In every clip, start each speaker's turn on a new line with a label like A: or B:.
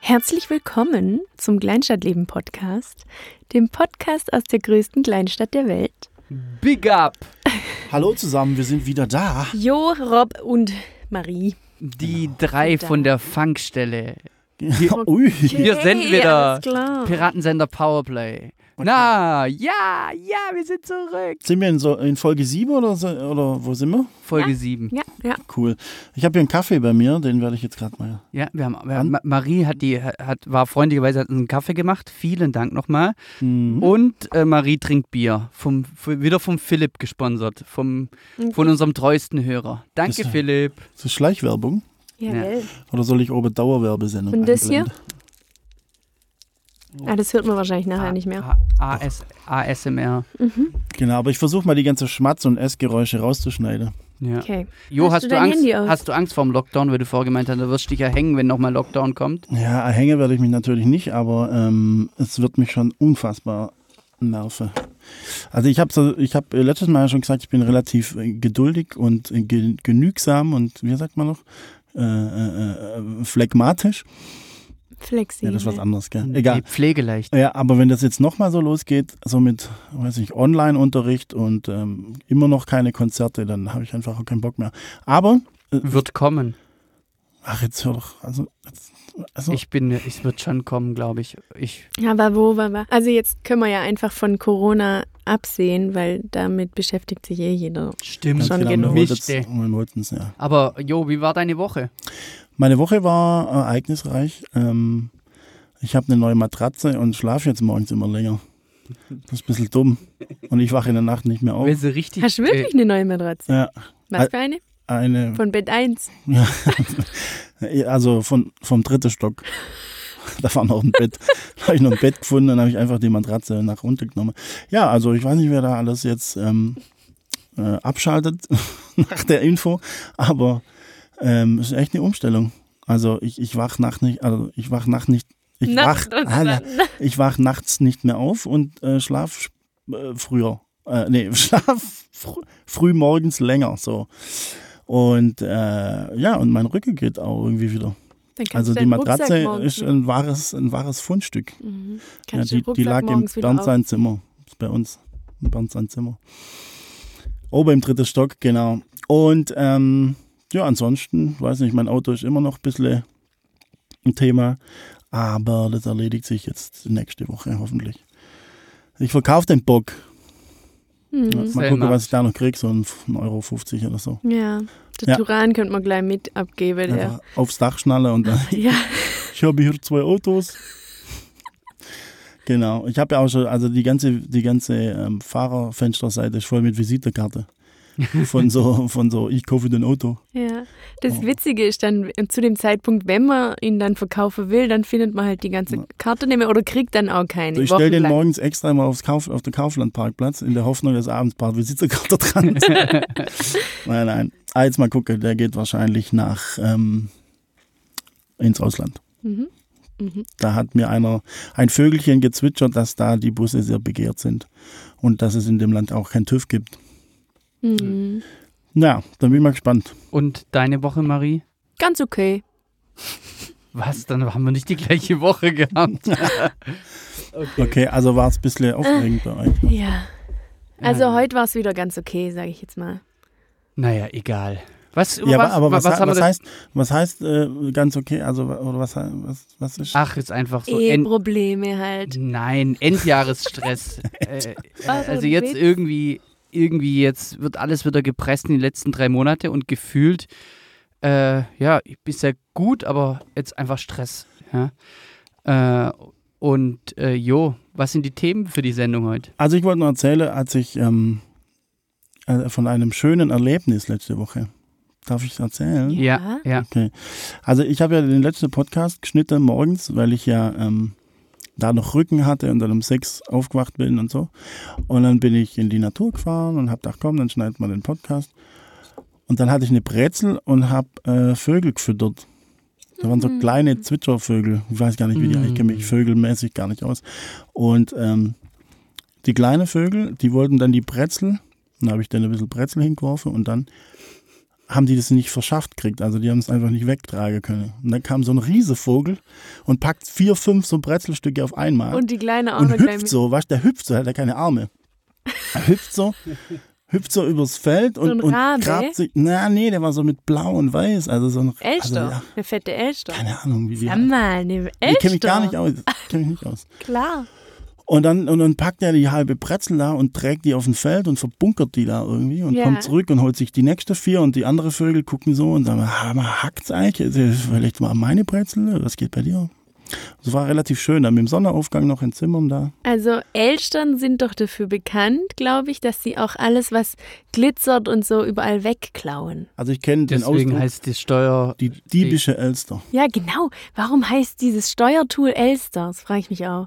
A: Herzlich willkommen zum Kleinstadtleben Podcast, dem Podcast aus der größten Kleinstadt der Welt.
B: Big up!
C: Hallo zusammen, wir sind wieder da.
A: Jo, Rob und Marie.
B: Die
C: Genau.
B: drei von der Funkstelle.
C: Ui.
B: Hier sind wir da.
A: Alles klar.
B: Piratensender Powerplay. Na, ja, ja, wir sind zurück.
C: Sind wir in, so, in Folge 7 oder, so, oder wo sind wir?
B: Folge 7.
A: Ja, ja.
C: Cool. Ich habe hier einen Kaffee bei mir, den werde ich jetzt gerade mal.
B: Ja, wir haben, wir haben Ma- Marie hat die hat war freundlicherweise hat uns einen Kaffee gemacht. Vielen Dank nochmal.
C: Hm?
B: Und äh, Marie trinkt Bier vom f- wieder vom Philipp gesponsert, vom
A: Mhm.
B: von unserem treuesten Hörer. Danke
C: Das-
B: Philipp.
C: Ist das Schleichwerbung?
A: Jawohl.
C: Oder soll ich oben Dauerwerbesendung
A: Und das hier?
C: einblenden?
A: Ah, das hört man wahrscheinlich nachher nicht
C: ah,
A: mehr.
B: A- AS, ASMR.
C: Genau, aber ich versuche mal die ganze Schmatz- und Essgeräusche rauszuschneiden.
B: Ja.
A: Okay.
B: Jo, hast,
A: du
B: du,
A: dein
B: Angst?
A: Handy aus?
B: Hast du Angst vorm Lockdown, weil du vorher gemeint hast, da wirst du dich ja hängen, wenn nochmal Lockdown kommt?
C: Ja, hängen werde ich mich natürlich nicht, aber ähm, es wird mich schon unfassbar nerven. Also ich habe so, ich habe letztes Mal schon gesagt, ich bin relativ äh, geduldig und äh, ge genügsam und wie sagt man noch? Äh, äh, äh, phlegmatisch.
A: Flexi.
C: Ja, das ist was anderes,
A: Mhm.
C: gell? Egal.
B: Nee, pflegeleicht.
C: Ja, aber wenn das jetzt nochmal so losgeht, so mit, weiß ich, Online-Unterricht und ähm, immer noch keine Konzerte, dann habe ich einfach auch keinen Bock mehr. Aber,
B: Wird kommen.
C: ach, jetzt hör doch, also, jetzt, also
B: Ich bin, es wird schon kommen, glaube ich. Ich,
A: Aber wo war wir? Also jetzt können wir ja einfach von Corona absehen, weil damit beschäftigt sich eh jeder.
B: stimmt.
C: ganz
A: schon
C: genau,
A: genug.
C: wir wollten es-
B: Mischte.
C: wir wollten es, ja.
B: Aber Jo, wie war deine Woche?
C: Meine Woche war äh, ereignisreich. Ähm, ich habe eine neue Matratze und schlafe jetzt morgens immer länger. Das ist ein bisschen dumm. Und ich wache in der Nacht nicht mehr auf.
B: Weil sie richtig. äh,
A: Hast du wirklich eine neue Matratze?
C: Ja,
A: Was für eine?
C: eine,
A: Von Bett 1.
C: also von, vom dritten Stock. Da war noch ein Bett. Da habe ich noch ein Bett gefunden, dann habe ich einfach die Matratze nach unten genommen. Ja, also ich weiß nicht, wer da alles jetzt ähm, äh, abschaltet nach der Info, aber ähm, es ist echt eine Umstellung. Also ich, ich wach nachts nicht, also ich wach nachts nicht, ich wach,
A: Nacht und
C: Alter, ich wach nachts nicht mehr auf und äh, schlaf äh, früher. Äh, nee, schlaf frü früh morgens länger so. Und äh, ja, und mein Rücken geht auch irgendwie wieder.
A: Dann kannst
C: Also
A: du
C: die
A: deinen Rucksack
C: Matratze
A: morgens
C: ist
A: mit-
C: ein wahres, ein wahres Fundstück.
A: Mhm.
C: Ja,
A: Kannst du
C: die,
A: den
C: die
A: Rucksack
C: lag im
A: morgens wieder
C: Bernd sein Zimmer. Ist bei uns. Im Bernd sein Zimmer. Oben im dritten Stock, genau. Und ähm, ja, ansonsten, weiß nicht, mein Auto ist immer noch ein bisschen ein Thema. Aber das erledigt sich jetzt nächste Woche hoffentlich. Ich verkaufe den Bock.
A: Mhm.
C: Ja, mal
B: Sehr
C: gucken,
B: nice.
C: was ich da noch kriege. So ein 1,50 Euro 50 oder so.
A: Ja, den
C: Ja.
A: Turan könnte man gleich mit abgeben.
C: Einfach aufs Dach schnalle und dann
A: Ja.
C: ich habe hier zwei Autos. Genau, ich habe ja auch schon, also die ganze, die ganze ähm, Fahrerfensterseite ist voll mit Visitenkarte. Von so, von so, ich kaufe den Auto.
A: ja, ja. Das Witzige ist dann, äh, zu dem Zeitpunkt, wenn man ihn dann verkaufen will, dann findet man halt die ganze Karte nicht mehr oder kriegt dann auch keine.
C: Also ich stelle den
A: wochenlang.
C: morgens extra mal aufs Kauf, auf den Kauflandparkplatz in der Hoffnung, dass abends ein paar Visitenkarte dran ist. nein, nein. Ah, jetzt mal gucken, der geht wahrscheinlich nach ähm, ins Ausland.
A: Mhm. Mhm.
C: Da hat mir einer ein Vögelchen gezwitschert, dass da die Busse sehr begehrt sind und dass es in dem Land auch kein TÜV gibt.
A: Mhm.
C: Na, dann bin ich mal gespannt.
B: Und deine Woche, Marie?
A: Ganz okay.
B: Was? Dann haben wir nicht die gleiche Woche gehabt.
C: Okay, also war es ein
B: Äh,
C: bisschen aufregend bei euch.
A: Ja. Also
B: Ja.
A: heute war es wieder ganz okay, sage ich jetzt mal.
B: Naja, egal. Was,
C: Ja,
B: was,
C: aber was,
B: was
C: was,
B: haben wir denn-
C: heißt, was heißt äh, ganz okay? Also, wa- oder was, was, was ist?
B: Ach, ist einfach so. End,
A: Eheprobleme Eh halt.
B: nein, Endjahresstress. äh, äh, also
A: Warum
B: jetzt
A: Witz?
B: irgendwie, irgendwie jetzt wird alles wieder gepresst in die letzten drei Monate und gefühlt, äh, ja, bisher gut, aber jetzt einfach Stress. Ja? Äh, und äh, jo, was sind die Themen für die Sendung heute?
C: Also, ich wollte nur erzählen, als ich ähm, äh, von einem schönen Erlebnis letzte Woche. Darf ich erzählen?
B: Ja, ja.
C: Also ich habe ja den letzten Podcast geschnitten morgens, weil ich ja ähm, da noch Rücken hatte und dann um sechs aufgewacht bin und so. Und dann bin ich in die Natur gefahren und habe gedacht, komm, dann schneidet man den Podcast. Und dann hatte ich eine Brezel und habe äh, Vögel gefüttert. Da waren so kleine Zwitschervögel. Ich weiß gar nicht, wie die, ich kenne mich vögelmäßig gar nicht aus. Und ähm, die kleinen Vögel, die wollten dann die Brezel. Dann habe ich dann ein bisschen Brezel hingeworfen und dann haben die das nicht verschafft kriegt. Also die haben es einfach nicht wegtragen können. Und dann kam so ein Riesevogel und packt vier, fünf so Brezelstücke auf einmal.
A: Und die Kleine auch
C: und
A: noch gleich
C: hüpft
A: mit.
C: so, weißt du, der hüpft so, hat er keine Arme. Er hüpft so, hüpft so übers Feld und,
A: ein
C: und
A: Rabe?
C: grabt sich. Na, nee, der war so mit blau und weiß. Also so ein
A: Elster,
C: Also, ja,
A: eine fette Elster.
C: keine Ahnung, wie die.
A: Sag mal, eine Elster.
C: Ich kenne mich gar nicht aus. Ich kenn mich nicht aus.
A: Klar.
C: Und dann, und dann packt er die halbe Brezel da und trägt die auf den Feld und verbunkert die da irgendwie und
A: Ja.
C: kommt zurück und holt sich die nächste vier und die andere Vögel gucken so und sagen, ah, man hackt's eigentlich, Ist das vielleicht mal meine Brezel, was geht bei dir? Das war relativ schön, dann mit dem Sonnenaufgang noch in Zimmern da.
A: Also Elstern sind doch dafür bekannt, glaube ich, dass sie auch alles, was glitzert und so überall wegklauen.
C: Also ich kenne den
B: Deswegen
C: Ausdruck,
B: heißt die Steuer.
C: die diebische Elster.
A: Ja, genau. Warum heißt dieses Steuertool Elster? Das frage ich mich auch.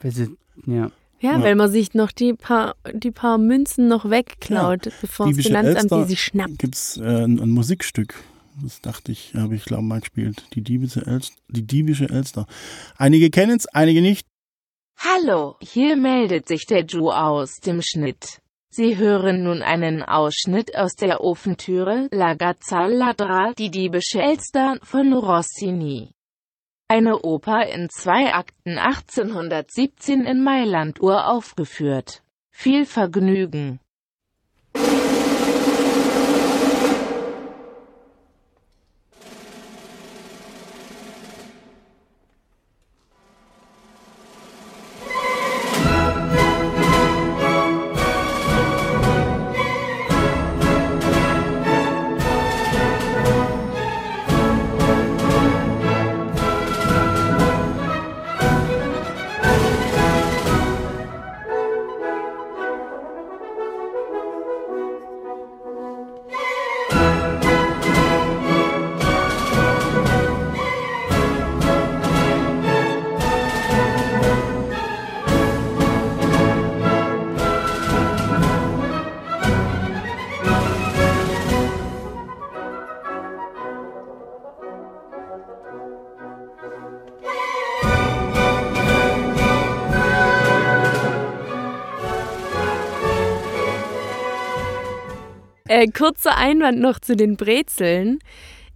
B: weil sie- Ja.
A: Ja,
C: Ja.
A: weil man sich noch die paar, die paar Münzen noch wegklaut, bevor das
C: Diebische
A: Finanzamt
C: Elster
A: die sie schnappt.
C: Gibt's äh, ein, ein Musikstück, das dachte ich, habe ich glaube mal gespielt, die diebische Elster. Die diebische Elster. Einige kennen's, einige nicht.
D: Hallo, hier meldet sich der Ju aus dem Schnitt. Sie hören nun einen Ausschnitt aus der Ofentüre La Gazza Ladra, die diebische Elster von Rossini. Eine Oper in zwei Akten 1817 in Mailand uraufgeführt. Viel Vergnügen.
A: Äh, kurzer Einwand noch zu den Brezeln.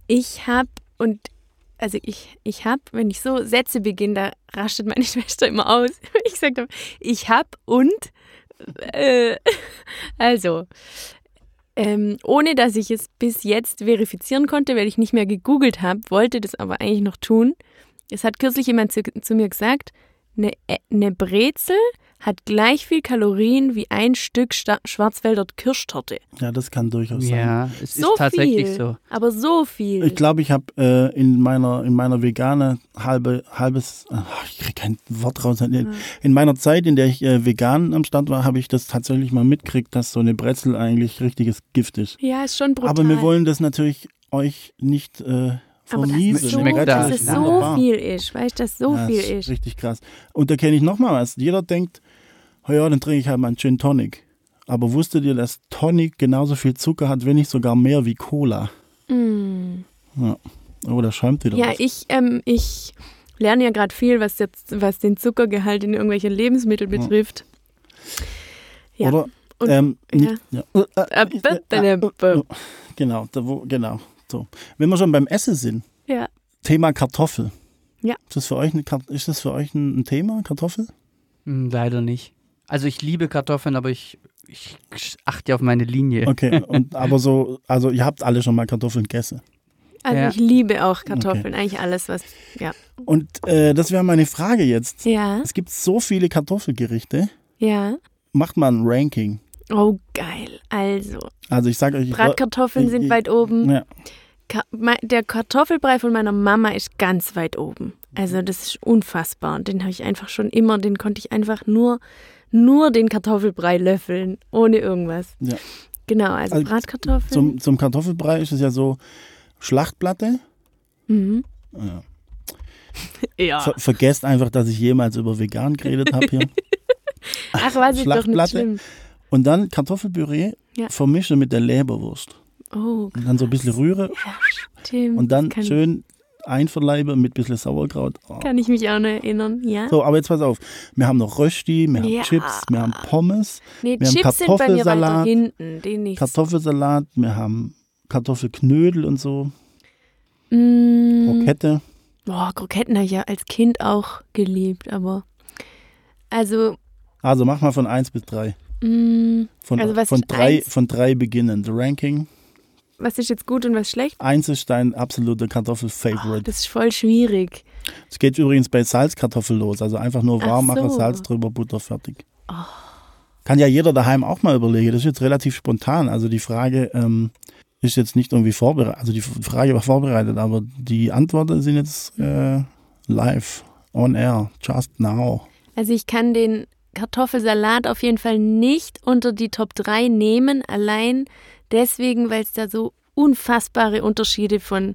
A: Ich hab und also ich, ich hab, wenn ich so Sätze beginne, da rastet meine Schwester immer aus. Ich gesagt habe, ich hab und äh, also ähm, ohne dass ich es bis jetzt verifizieren konnte, weil ich nicht mehr gegoogelt habe, wollte das aber eigentlich noch tun. Es hat kürzlich jemand zu, zu mir gesagt, eine ne Brezel hat gleich viel Kalorien wie ein Stück Sta Schwarzwälder Kirschtorte.
C: Ja, das kann durchaus sein.
B: ja, es
A: So
B: ist tatsächlich
A: viel,
B: so.
A: Aber so viel.
C: Ich glaube, ich habe äh, in meiner in meiner vegane halbe halbes ah, ich krieg kein Wort raus. In meiner Zeit, in der ich äh, vegan am Stand war, habe ich das tatsächlich mal mitgekriegt, dass so eine Brezel eigentlich richtiges Gift ist.
A: ja, ist schon brutal.
C: Aber wir wollen das natürlich euch nicht äh,
A: Aber das
C: vermiesen.
A: ist so,
B: Schmeckt
A: dass
B: da.
A: es
B: Ja,
A: so
C: Wunderbar.
A: viel ist, weißt du, dass so
C: Ja,
A: viel
C: das
A: ist.
C: Richtig krass. Und da kenne ich noch mal was. Jeder denkt, oh ja, dann trinke ich halt mal einen Gin Tonic. Aber wusstet ihr, dass Tonic genauso viel Zucker hat, wenn nicht sogar mehr wie Cola? Ja. Oh, da schäumt wieder
A: Mm. Ja,
C: was.
A: ich, ähm, ich lerne ja gerade viel, was jetzt, was den Zuckergehalt in irgendwelchen Lebensmitteln
C: Hm.
A: betrifft. Ja.
C: Oder
A: Und-
C: ähm,
A: ja.
C: nicht- ja.
A: Äh, b- b- b- b-
C: Genau, da wo, genau. So. Wenn wir schon beim Essen sind,
A: ja.
C: Thema Kartoffel.
A: Ja.
C: Ist das für euch, eine, Kart- ist das für euch ein, ein Thema, Kartoffel?
B: Hm, leider nicht. Also ich liebe Kartoffeln, aber ich, ich achte ja auf meine Linie.
C: Okay, und, aber so, also ihr habt alle schon mal Kartoffeln gegessen.
A: Also
B: Ja.
A: ich liebe auch Kartoffeln, eigentlich alles, was. Ja.
C: Und äh, das wäre meine Frage jetzt.
A: Ja.
C: Es gibt so viele Kartoffelgerichte.
A: Ja.
C: Macht mal ein Ranking.
A: Oh, geil. Also,
C: Also ich sage euch, ich,
A: Bratkartoffeln
C: ich-
A: sind
C: ich-
A: weit oben.
C: ja,
A: Ka mei- der Kartoffelbrei von meiner Mama ist ganz weit oben. Also
C: Mhm.
A: das ist unfassbar. Und den habe ich einfach schon immer, den konnte ich einfach nur, nur den Kartoffelbrei löffeln, ohne irgendwas.
C: Ja.
A: Genau, also,
C: Also
A: Bratkartoffeln.
C: zum, zum Kartoffelbrei ist es ja so Schlachtplatte.
A: mhm.
C: Ja.
A: Ja. Ah.
C: Ver vergesst einfach, dass ich jemals über vegan geredet habe hier.
A: Ach, weiß ich doch nicht
C: Schlachtplatte.
A: schlimm.
C: Und dann Kartoffelpüree
A: Ja.
C: vermische mit der Leberwurst.
A: Oh,
C: Und dann so ein bisschen Rühre
A: stimmt.
C: und dann
A: kann,
C: schön einverleibe mit ein bisschen Sauerkraut. Oh.
A: Kann ich mich auch noch erinnern, ja.
C: So, aber jetzt pass auf. Wir haben noch Rösti, wir haben
A: Ja.
C: Chips, wir haben Pommes,
A: nee,
C: wir haben
A: Chips sind bei mir weiter
C: Kartoffelsalat,
A: hinten, den nicht.
C: Kartoffelsalat, wir haben Kartoffelknödel und so,
A: Mm,
C: Krokette.
A: boah, Kroketten habe ich ja als Kind auch geliebt, aber. Also,
C: Also mach mal von 1 bis 3.
A: mm,
C: Von,
A: Also was
C: von,
A: ist
C: drei,
A: eins?
C: von drei beginnend. Ranking.
A: was ist jetzt gut und was schlecht?
C: 1 ist dein absoluter
A: Oh,
C: Kartoffel-Favorite.
A: das ist voll schwierig.
C: Es geht übrigens bei Salzkartoffel los. Also einfach nur
A: Ach
C: warm machen,
A: so. Oh.
C: Salz drüber, Butter, fertig. Kann ja jeder daheim auch mal überlegen. Das ist jetzt relativ spontan. Also die Frage ähm, ist jetzt nicht irgendwie vorbereitet. Also die Frage war vorbereitet, aber die Antworten sind jetzt äh, live, on air, just now.
A: Also, ich kann den Kartoffelsalat auf jeden Fall nicht unter die Top 3 nehmen, allein deswegen, weil es da so unfassbare Unterschiede von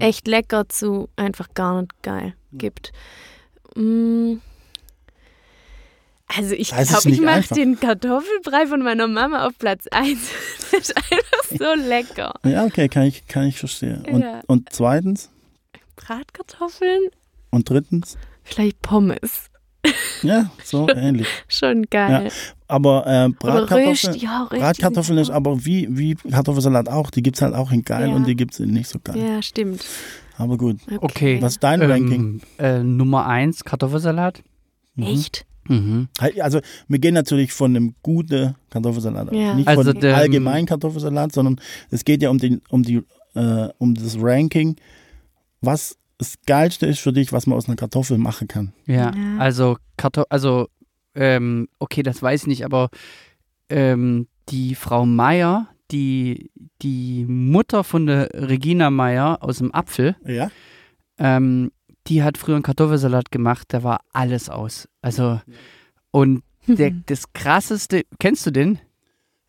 A: echt lecker zu einfach gar nicht geil
C: Hm.
A: gibt. Mm. Also ich
C: Das ist
A: glaube, ich
C: nicht
A: mache
C: einfach.
A: den Kartoffelbrei von meiner Mama auf Platz 1. Das ist einfach so lecker.
C: Ja, okay, kann ich, kann ich verstehen. Und,
A: Ja.
C: und zweitens
A: Bratkartoffeln,
C: und drittens,
A: vielleicht Pommes.
C: ja, so ähnlich.
A: Schon geil.
C: Aber
A: Oder
C: äh,
A: Röst,
C: Bratkartoffeln,
A: ja, Röst.
C: Bratkartoffeln ist aber wie, wie Kartoffelsalat auch. Die gibt es halt auch in geil
A: Ja.
C: und die gibt es in nicht so geil.
A: Ja, stimmt.
C: Aber gut.
B: Okay.
C: Was ist dein Ranking?
B: Ähm, äh, Nummer 1, Kartoffelsalat.
A: Echt?
B: Mhm.
C: Also wir gehen natürlich von einem guten Kartoffelsalat, aus.
A: Ja.
C: nicht
B: Also
C: von
B: der-
C: allgemeinen Kartoffelsalat, sondern es geht ja um den, um die, äh, um das Ranking, was das geilste ist für dich, was man aus einer Kartoffel machen kann.
B: Ja,
A: Ja.
B: also Karto also ähm, okay, das weiß ich nicht, aber ähm, die Frau Meier, die die Mutter von der Regina Meier aus dem Apfel,
C: Ja.
B: ähm, die hat früher einen Kartoffelsalat gemacht, da war alles aus. Also und der, das krasseste, kennst du den?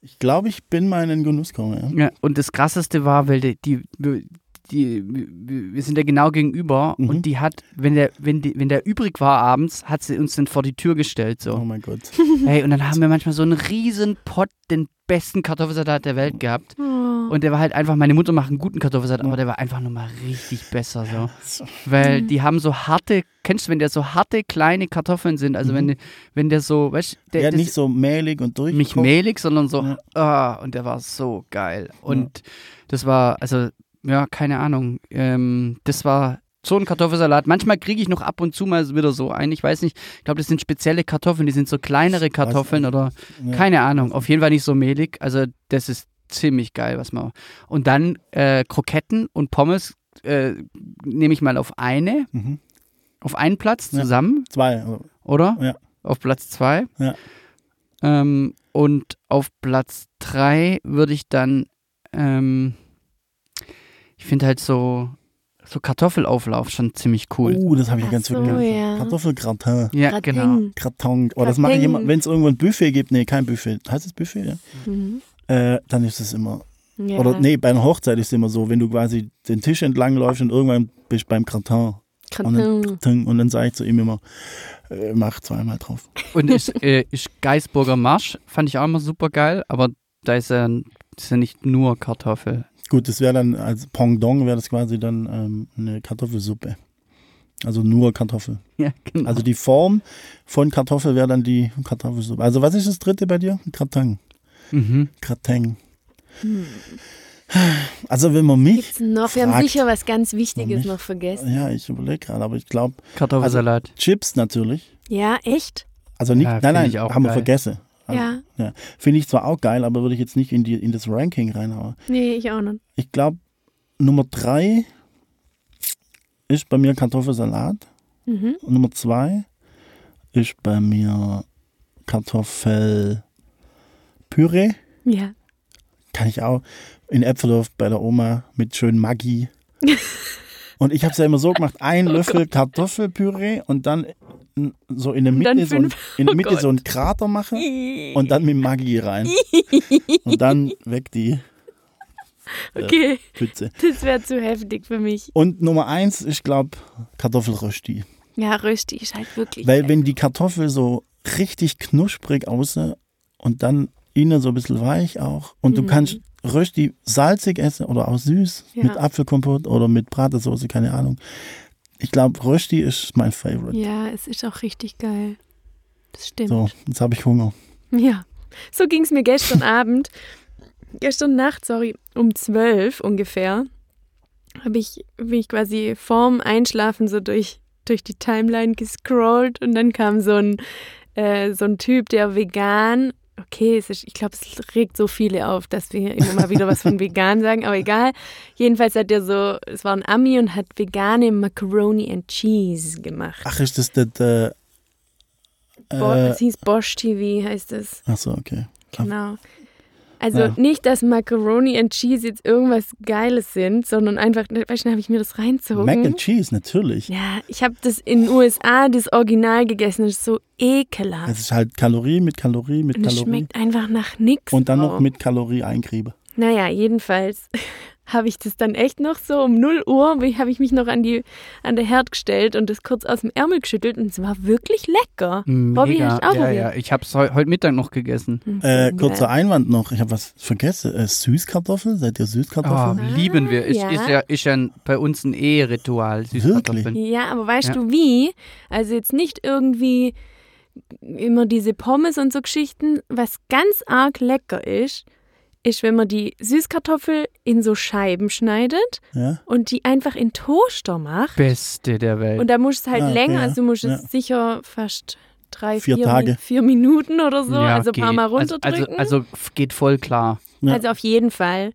C: Ich glaube, ich bin mal in den Genuss gekommen. Ja.
B: Ja, und das krasseste war, weil die, die, die wir sind ja genau gegenüber
C: Mhm.
B: und die hat, wenn der, wenn die, wenn der übrig war abends, hat sie uns dann vor die Tür gestellt so.
C: Oh mein Gott.
B: Hey, und dann haben wir manchmal so einen riesen Pott, den besten Kartoffelsalat der Welt gehabt.
C: Mhm.
A: Oh.
B: Und der war halt einfach, meine Mutter macht einen guten Kartoffelsalat, aber der war einfach nochmal richtig besser so. Weil
C: Mhm.
B: die haben so harte, kennst du, wenn der so harte kleine Kartoffeln sind, also wenn, die- wenn der so, weißt du, der
C: Mhm. ja,
B: das-
C: nicht so mehlig und durch.
B: nicht mehlig, sondern so, ah, und der war so geil. Und das war, also, ja, keine Ahnung. Ähm, das war so ein Kartoffelsalat. Manchmal kriege ich noch ab und zu mal wieder so einen. Ich weiß nicht, ich glaube, das sind spezielle Kartoffeln, die sind so kleinere Kartoffeln oder
C: Ja.
B: keine Ahnung. Auf jeden Fall nicht so mehlig. Also, das ist ziemlich geil, was man. Und dann äh, Kroketten und Pommes äh, nehme ich mal auf eine,
C: Mhm.
B: auf einen Platz
C: Ja.
B: zusammen,
C: Zwei. Also,
B: oder?
C: Ja.
B: Auf Platz 2.
C: Ja.
B: Ähm, und auf Platz 3 würde ich dann, ähm, ich finde halt so, so Kartoffelauflauf schon ziemlich cool.
C: Oh, das habe ich
A: Ach
C: ganz
A: so,
C: wirklich.
A: ja.
C: Kartoffelgratin.
B: ja,
A: Oh, Grad
B: genau.
A: eng.
C: Gratin. Oh, das mache ich immer,
A: Gratin.
C: wenn es irgendwo ein Buffet gibt. Nee, kein Buffet. Heißt es Buffet, ja?
B: genau.
A: Mhm.
C: Äh, dann ist es immer.
A: Ja.
C: Oder nee, bei einer Hochzeit ist es immer so, wenn du quasi den Tisch entlang läufst und irgendwann bist du beim Gratin. Und
A: Kratin.
C: dann, Ting. und dann sage ich zu ihm immer, äh, mach zweimal drauf.
B: Und ich, äh, ich Geisburger Marsch fand ich auch immer super geil, aber da ist ja, ist ja nicht nur Kartoffel.
C: Gut, das wäre dann als Pongdong wäre das quasi dann ähm, eine Kartoffelsuppe. Also nur Kartoffel.
B: Ja, genau.
C: Also die Form von Kartoffel wäre dann die Kartoffelsuppe. Also was ist das dritte bei dir? Gratin.
B: mhm.
C: Gratin.
A: Hm.
C: Also wenn man mich,
A: Gibt's noch? Wir haben
C: fragt
A: sicher was ganz
C: man
A: Wichtiges
C: mich.
A: noch vergessen.
C: ja, ich überlege gerade, aber ich glaube,
B: Kartoffelsalat.
C: Chips natürlich.
A: Ja, echt?
C: Also nicht,
B: Ja, find
C: nein, nein,
B: ich auch
C: haben wir
B: geil.
C: vergessen. Also,
A: Ja.
C: ja. Finde ich zwar auch geil, aber würde ich jetzt nicht in, die, in das Ranking reinhauen.
A: Nee, ich auch nicht.
C: Ich glaube, Nummer drei ist bei mir Kartoffelsalat.
A: Mhm.
C: Und Nummer zwei ist bei mir Kartoffelpüree.
A: Ja.
C: Kann ich auch in Äpfeldorf bei der Oma mit schön Maggi. Und ich habe es ja immer so gemacht: ein
A: Oh
C: Löffel Kartoffelpüree und dann n- so in der
A: Und dann
C: Mitte, so, ein, in der
A: Oh
C: Mitte
A: Gott.
C: so ein Krater machen. Und äh, dann mit Maggi rein. Und dann weg die
A: Okay,
C: Pütze.
A: das wäre zu heftig für mich.
C: Und Nummer eins, ich glaube, Kartoffelrösti.
A: Ja, Rösti ist halt wirklich.
C: Weil
A: geil.
C: wenn die Kartoffel so richtig knusprig außen und dann innen so ein bisschen weich auch und du kannst Rösti salzig essen oder auch süß
A: Mhm. Ja.
C: mit Apfelkompott oder mit Bratensauce, keine Ahnung. Ich glaube, Rösti ist mein Favorite.
A: ja, es ist auch richtig geil. Das stimmt.
C: So, jetzt habe ich Hunger.
A: Ja, so ging es mir gestern Abend. gestern Nacht, sorry, um zwölf ungefähr, habe ich, bin ich quasi vorm Einschlafen so durch, durch die Timeline gescrollt und dann kam so ein, äh, so ein Typ, der vegan, okay, es ist, ich glaube, es regt so viele auf, dass wir immer mal wieder was von vegan sagen, aber egal. Jedenfalls hat er so, es war ein Ami und hat vegane Macaroni and Cheese gemacht.
C: Ach, ist das das. Äh,
A: Bo
C: äh,
A: es hieß Bosch TV, heißt es.
C: ach so, okay.
A: Genau. Also
C: Ja.
A: nicht, dass Macaroni and Cheese jetzt irgendwas Geiles sind, sondern einfach, weißt du, habe ich mir das reinzogen.
C: Mac and Cheese, natürlich.
A: ja, ich habe das in den USA, das Original gegessen, das ist so ekelhaft.
C: Es ist halt Kalorie mit Kalorie mit
A: und es
C: Kalorie.
A: schmeckt einfach nach nichts.
C: Und dann noch mit Kalorie eingriebe.
A: Naja, jedenfalls habe ich das dann echt noch so um 0 Uhr, habe ich mich noch an, die, an der Herd gestellt und das kurz aus dem Ärmel geschüttelt und es war wirklich lecker. Bobby hat auch
B: ja,
A: probiert.
B: ja, ich habe es heu heute Mittag noch gegessen.
A: Mhm.
C: Äh, kurzer Einwand noch, ich habe was vergessen. Äh, Süßkartoffel? Seid ihr
B: Oh,
C: Süßkartoffel?
B: lieben wir. Ist
A: Ah, ja.
B: ja, ist ja, ist ja ein, bei uns ein Eheritual. Süßkartoffeln.
A: Ja, aber weißt
B: Ja.
A: du wie? Also jetzt nicht irgendwie immer diese Pommes und so Geschichten. Was ganz arg lecker ist, ist, wenn man die Süßkartoffel in so Scheiben schneidet
C: Ja?
A: und die einfach in Toaster macht.
B: Beste der Welt.
A: Und da musst du halt
C: Ah, okay,
A: länger,
C: ja,
A: also du musst
C: ja.
A: es sicher fast drei,
C: Vier
A: vier,
C: Tage.
A: vier Minuten oder so,
B: Ja,
A: also ein paar
B: geht.
A: Mal
B: Also-
A: runterdrücken.
B: Also, also f- geht voll klar.
C: Ja.
A: Also auf jeden Fall.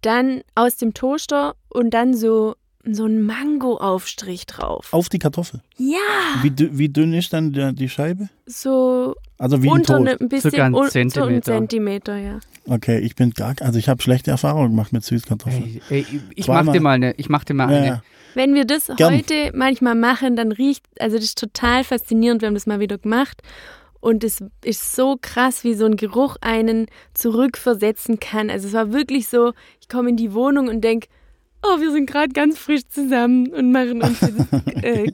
A: Dann aus dem Toaster und dann so, so einen Mango-Aufstrich drauf.
C: Auf die Kartoffel.
A: Ja!
C: Wie, dü- wie dünn ist dann der, die Scheibe?
A: So
C: Also wie ein
A: unter
C: Toast.
A: ne- ein bisschen
B: Circa einen
A: un- So einen
B: Zentimeter.
A: Zentimeter, ja.
C: Okay, ich bin gar, also ich habe schlechte Erfahrungen gemacht mit Süßkartoffeln.
B: Also, Ey, ey, ich- ich
C: Zweimal.
B: mach dir mal eine. Ich mach dir mal
C: Ja,
B: eine.
C: ja.
A: Wenn wir das
C: Gern.
A: heute manchmal machen, dann riecht, also das ist total faszinierend, wir haben das mal wieder gemacht. Und es ist so krass, wie so ein Geruch einen zurückversetzen kann. Also es war wirklich so, ich komme in die Wohnung und denke, oh, wir sind gerade ganz frisch zusammen und machen uns dieses, äh,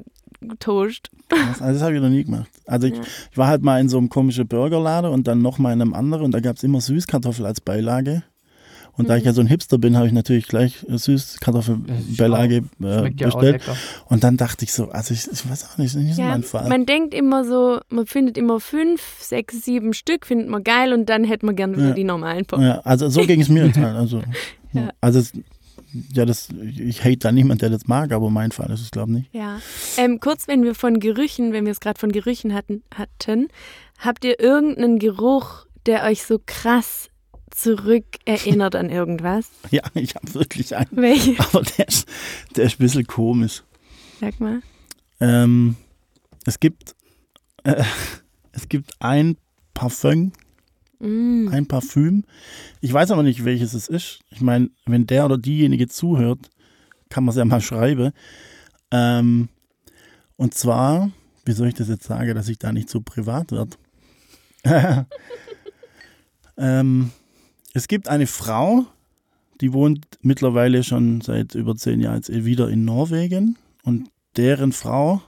A: Süßkartoffel-Toast.
C: Krass, Also das habe ich noch nie gemacht. Also ich, ich war halt mal in so einem komischen Burgerladen und dann nochmal in einem anderen und da gab es immer Süßkartoffel als Beilage. Und
A: Mhm.
C: da ich ja so ein Hipster bin, habe ich natürlich gleich äh, Süßkartoffelbeilage äh,
B: Schmeckt ja auch
C: bestellt.
B: lecker.
C: und dann dachte ich so, also ich, ich weiß auch nicht, das ist nicht so
A: Ja,
C: mein Fall.
A: man denkt immer so, man findet immer fünf, sechs, sieben Stück, findet man geil und dann hätte man gerne wieder
C: Ja.
A: die normalen Pommes.
C: Ja, also so ging es mir jetzt halt. Also, ja. also es, ja, das, ich hate da niemand, der das mag, aber mein Fall ist es, glaube ich, nicht.
A: Ja. Ähm, kurz, wenn wir von Gerüchen, wenn wir es gerade von Gerüchen hatten, hatten, habt ihr irgendeinen Geruch, der euch so krass zurückerinnert an irgendwas?
C: Ja, ich habe wirklich einen.
A: Welche?
C: Aber der ist, der ist ein bisschen komisch.
A: Sag mal.
C: Ähm, es gibt, äh, es gibt ein Parfum,
A: Mm.
C: ein Parfüm. Ich weiß aber nicht, welches es ist. Ich meine, wenn der oder diejenige zuhört, kann man es ja mal schreiben. Ähm, und zwar, wie soll ich das jetzt sagen, dass ich da nicht zu privat wird? ähm, es gibt eine Frau, die wohnt mittlerweile schon seit über zehn Jahren jetzt wieder in Norwegen und deren Frau,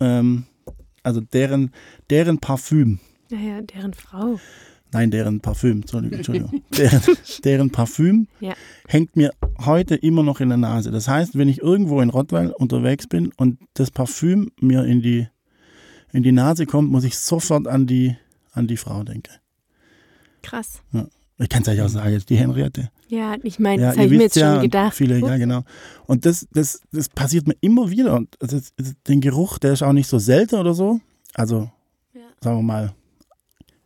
C: ähm, also deren, deren Parfüm
A: Naja, deren Frau.
C: Nein, deren Parfüm, Entschuldigung, Entschuldigung. deren, deren Parfüm
A: Ja.
C: hängt mir heute immer noch in der Nase. Das heißt, wenn ich irgendwo in Rottweil unterwegs bin und das Parfüm mir in die, in die Nase kommt, muss ich sofort an die, an die Frau denken.
A: Krass.
C: Ich kann es euch auch sagen, jetzt die Henriette.
A: Ja, ich meine, das
C: ihr
A: habe ich mir
C: wisst
A: jetzt
C: ja,
A: schon
C: und
A: gedacht.
C: Viele, ja, genau. Und das, das, das passiert mir immer wieder. Und das, ist- das, den Geruch, der ist auch nicht so selten oder so. Also,
A: Ja.
C: sagen wir mal,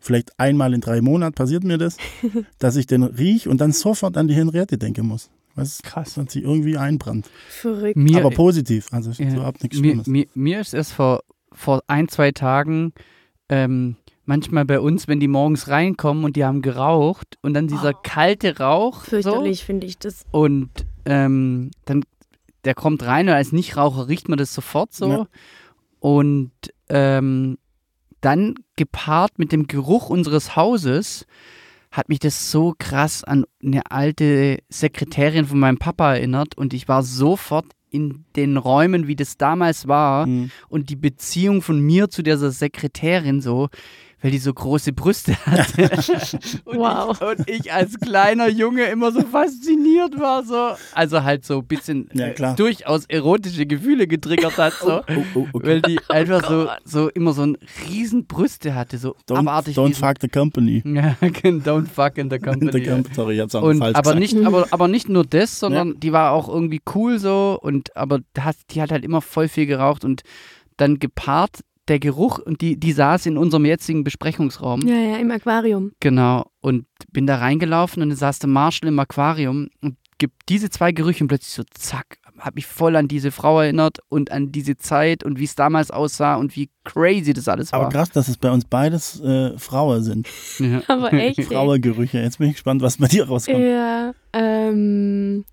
C: vielleicht einmal in drei Monaten passiert mir das, dass ich den riech und dann sofort an die Henriette denken muss. Was
B: Krass.
C: hat sie irgendwie einbrannt.
A: Verrückt.
B: Mir,
C: Aber positiv, also ist
B: Ja,
C: überhaupt nichts
B: mir,
C: Schlimmes.
B: mir, mir ist erst vor, vor ein, zwei Tagen ähm, manchmal bei uns, wenn die morgens reinkommen und die haben geraucht und dann dieser kalte Rauch
A: Oh. Fürchterlich finde ich das.
B: so, und ähm, dann der kommt rein und als Nichtraucher riecht man das sofort so
C: Ja.
B: und ähm, dann gepaart mit dem Geruch unseres Hauses hat mich das so krass an eine alte Sekretärin von meinem Papa erinnert und ich war sofort in den Räumen, wie das damals war
C: Mhm.
B: und die Beziehung von mir zu dieser Sekretärin so, weil die so große Brüste hatte. und,
A: Wow.
B: ich, und ich als kleiner Junge immer so fasziniert war. So. Also halt so ein bisschen
C: Ja,
B: äh,
C: klar.
B: durchaus erotische Gefühle getriggert hat. So.
C: Oh, oh, okay.
B: Weil die einfach so, so immer so ein riesen Brüste hatte, so
C: Don't,
B: abartig.
C: don't
B: riesen-
C: fuck the company.
B: Ja, genau, don't fuck in the
C: In
B: company.
C: the company. Sorry, ich hab's auch
B: Und,
C: falsch
B: aber,
C: gesagt.
B: nicht, aber, aber nicht nur das, sondern die war auch irgendwie cool so. Und, aber da hat, die hat halt immer voll viel geraucht und dann gepaart der Geruch und die, die saß in unserem jetzigen Besprechungsraum.
A: Ja, ja, im Aquarium.
B: Genau. Und bin da reingelaufen und dann saß der Marshall im Aquarium und gibt diese zwei Gerüche und plötzlich so zack, hab mich voll an diese Frau erinnert und an diese Zeit und wie es damals aussah und wie crazy das alles
C: Aber
B: war.
C: krass, dass es bei uns beides äh, Frauen sind.
B: Ja.
A: Aber echt. ey.
C: Frauengerüche. Jetzt bin ich gespannt, was bei dir rauskommt.
A: Ja, ähm,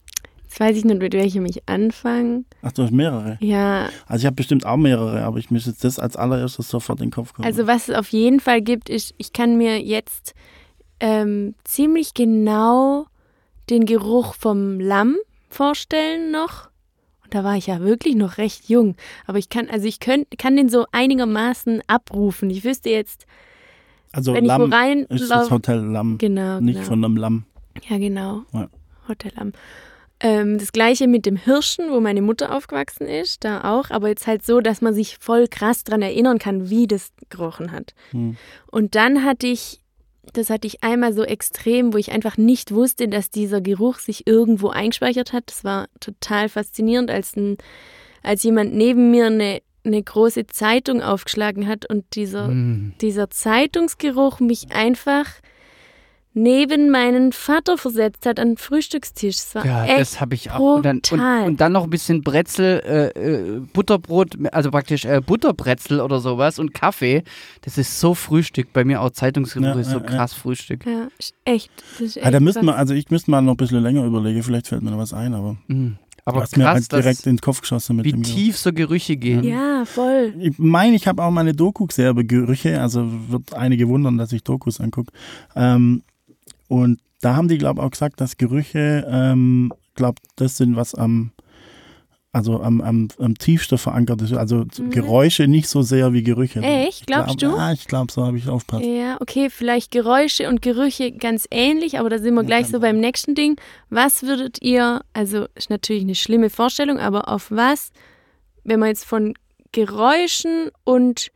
A: jetzt weiß ich nicht, mit welchem ich anfange.
C: Ach, du hast mehrere.
A: Ja,
C: Also ich habe bestimmt auch mehrere, aber ich müsste jetzt das als allererstes sofort in den Kopf kommen.
A: also was es auf jeden Fall gibt, ist, ich kann mir jetzt ähm, ziemlich genau den Geruch vom Lamm vorstellen noch. Und da war ich ja wirklich noch recht jung. Aber ich kann, also ich könnt, kann den so einigermaßen abrufen. Ich wüsste jetzt,
C: also
A: wenn
C: Lamm
A: ich wo rein
C: ist das Hotel Lamm,
A: Genau,
C: nicht
A: genau.
C: von einem Lamm.
A: Ja, genau.
C: Ja.
A: Hotelamt. Ähm, das gleiche mit dem Hirschen, wo meine Mutter aufgewachsen ist, da auch, aber jetzt halt so, dass man sich voll krass dran erinnern kann, wie das gerochen hat.
C: Hm.
A: Und dann hatte ich, das hatte ich einmal so extrem, wo ich einfach nicht wusste, dass dieser Geruch sich irgendwo eingespeichert hat. Das war total faszinierend, als, ein, als jemand neben mir eine, eine große Zeitung aufgeschlagen hat und dieser
B: Hm.
A: dieser Zeitungsgeruch mich einfach neben meinen Vater versetzt hat an den Frühstückstisch. Es war
B: Ja,
A: echt
B: das habe ich auch. Und dann, und,
A: brutal.
B: und dann noch ein bisschen Brezel, äh, äh, Butterbrot, also praktisch äh, Butterbrezel oder sowas und Kaffee. Das ist so Frühstück. Bei mir auch Zeitungsgeruch
C: Ja,
B: ist so
C: ja, ja.
B: krass Frühstück.
A: ja, ist echt. Das ist echt
C: Ah, da müssten wir,
A: krass.
C: also ich müsste mal noch ein bisschen länger überlegen, vielleicht fällt mir noch was ein, aber,
B: Mhm. Aber
C: was mir als
B: krass,
C: direkt
B: dass,
C: in den Kopf geschossen mit
B: wie
C: dem Geruch.
B: tief so Gerüche gehen.
A: Ja, voll.
C: Ich meine, ich habe auch meine Doku gesehen über Gerüche, also wird einige wundern, dass ich Dokus angucke. Ähm, und da haben die, glaube ich, auch gesagt, dass Gerüche, ähm, glaube das sind, was am, also am, am, am tiefsten verankert ist. Also Geräusche nicht so sehr wie Gerüche.
A: Mhm. Echt?
C: Ich glaub-
A: Glaubst du?
C: Ah, ich glaube, so habe ich aufpasst.
A: Ja, okay, vielleicht Geräusche und Gerüche ganz ähnlich, aber da sind wir gleich
C: kann
A: so
C: sein.
A: beim nächsten Ding. Was würdet ihr, also ist natürlich eine schlimme Vorstellung, aber auf was, wenn man jetzt von Geräuschen und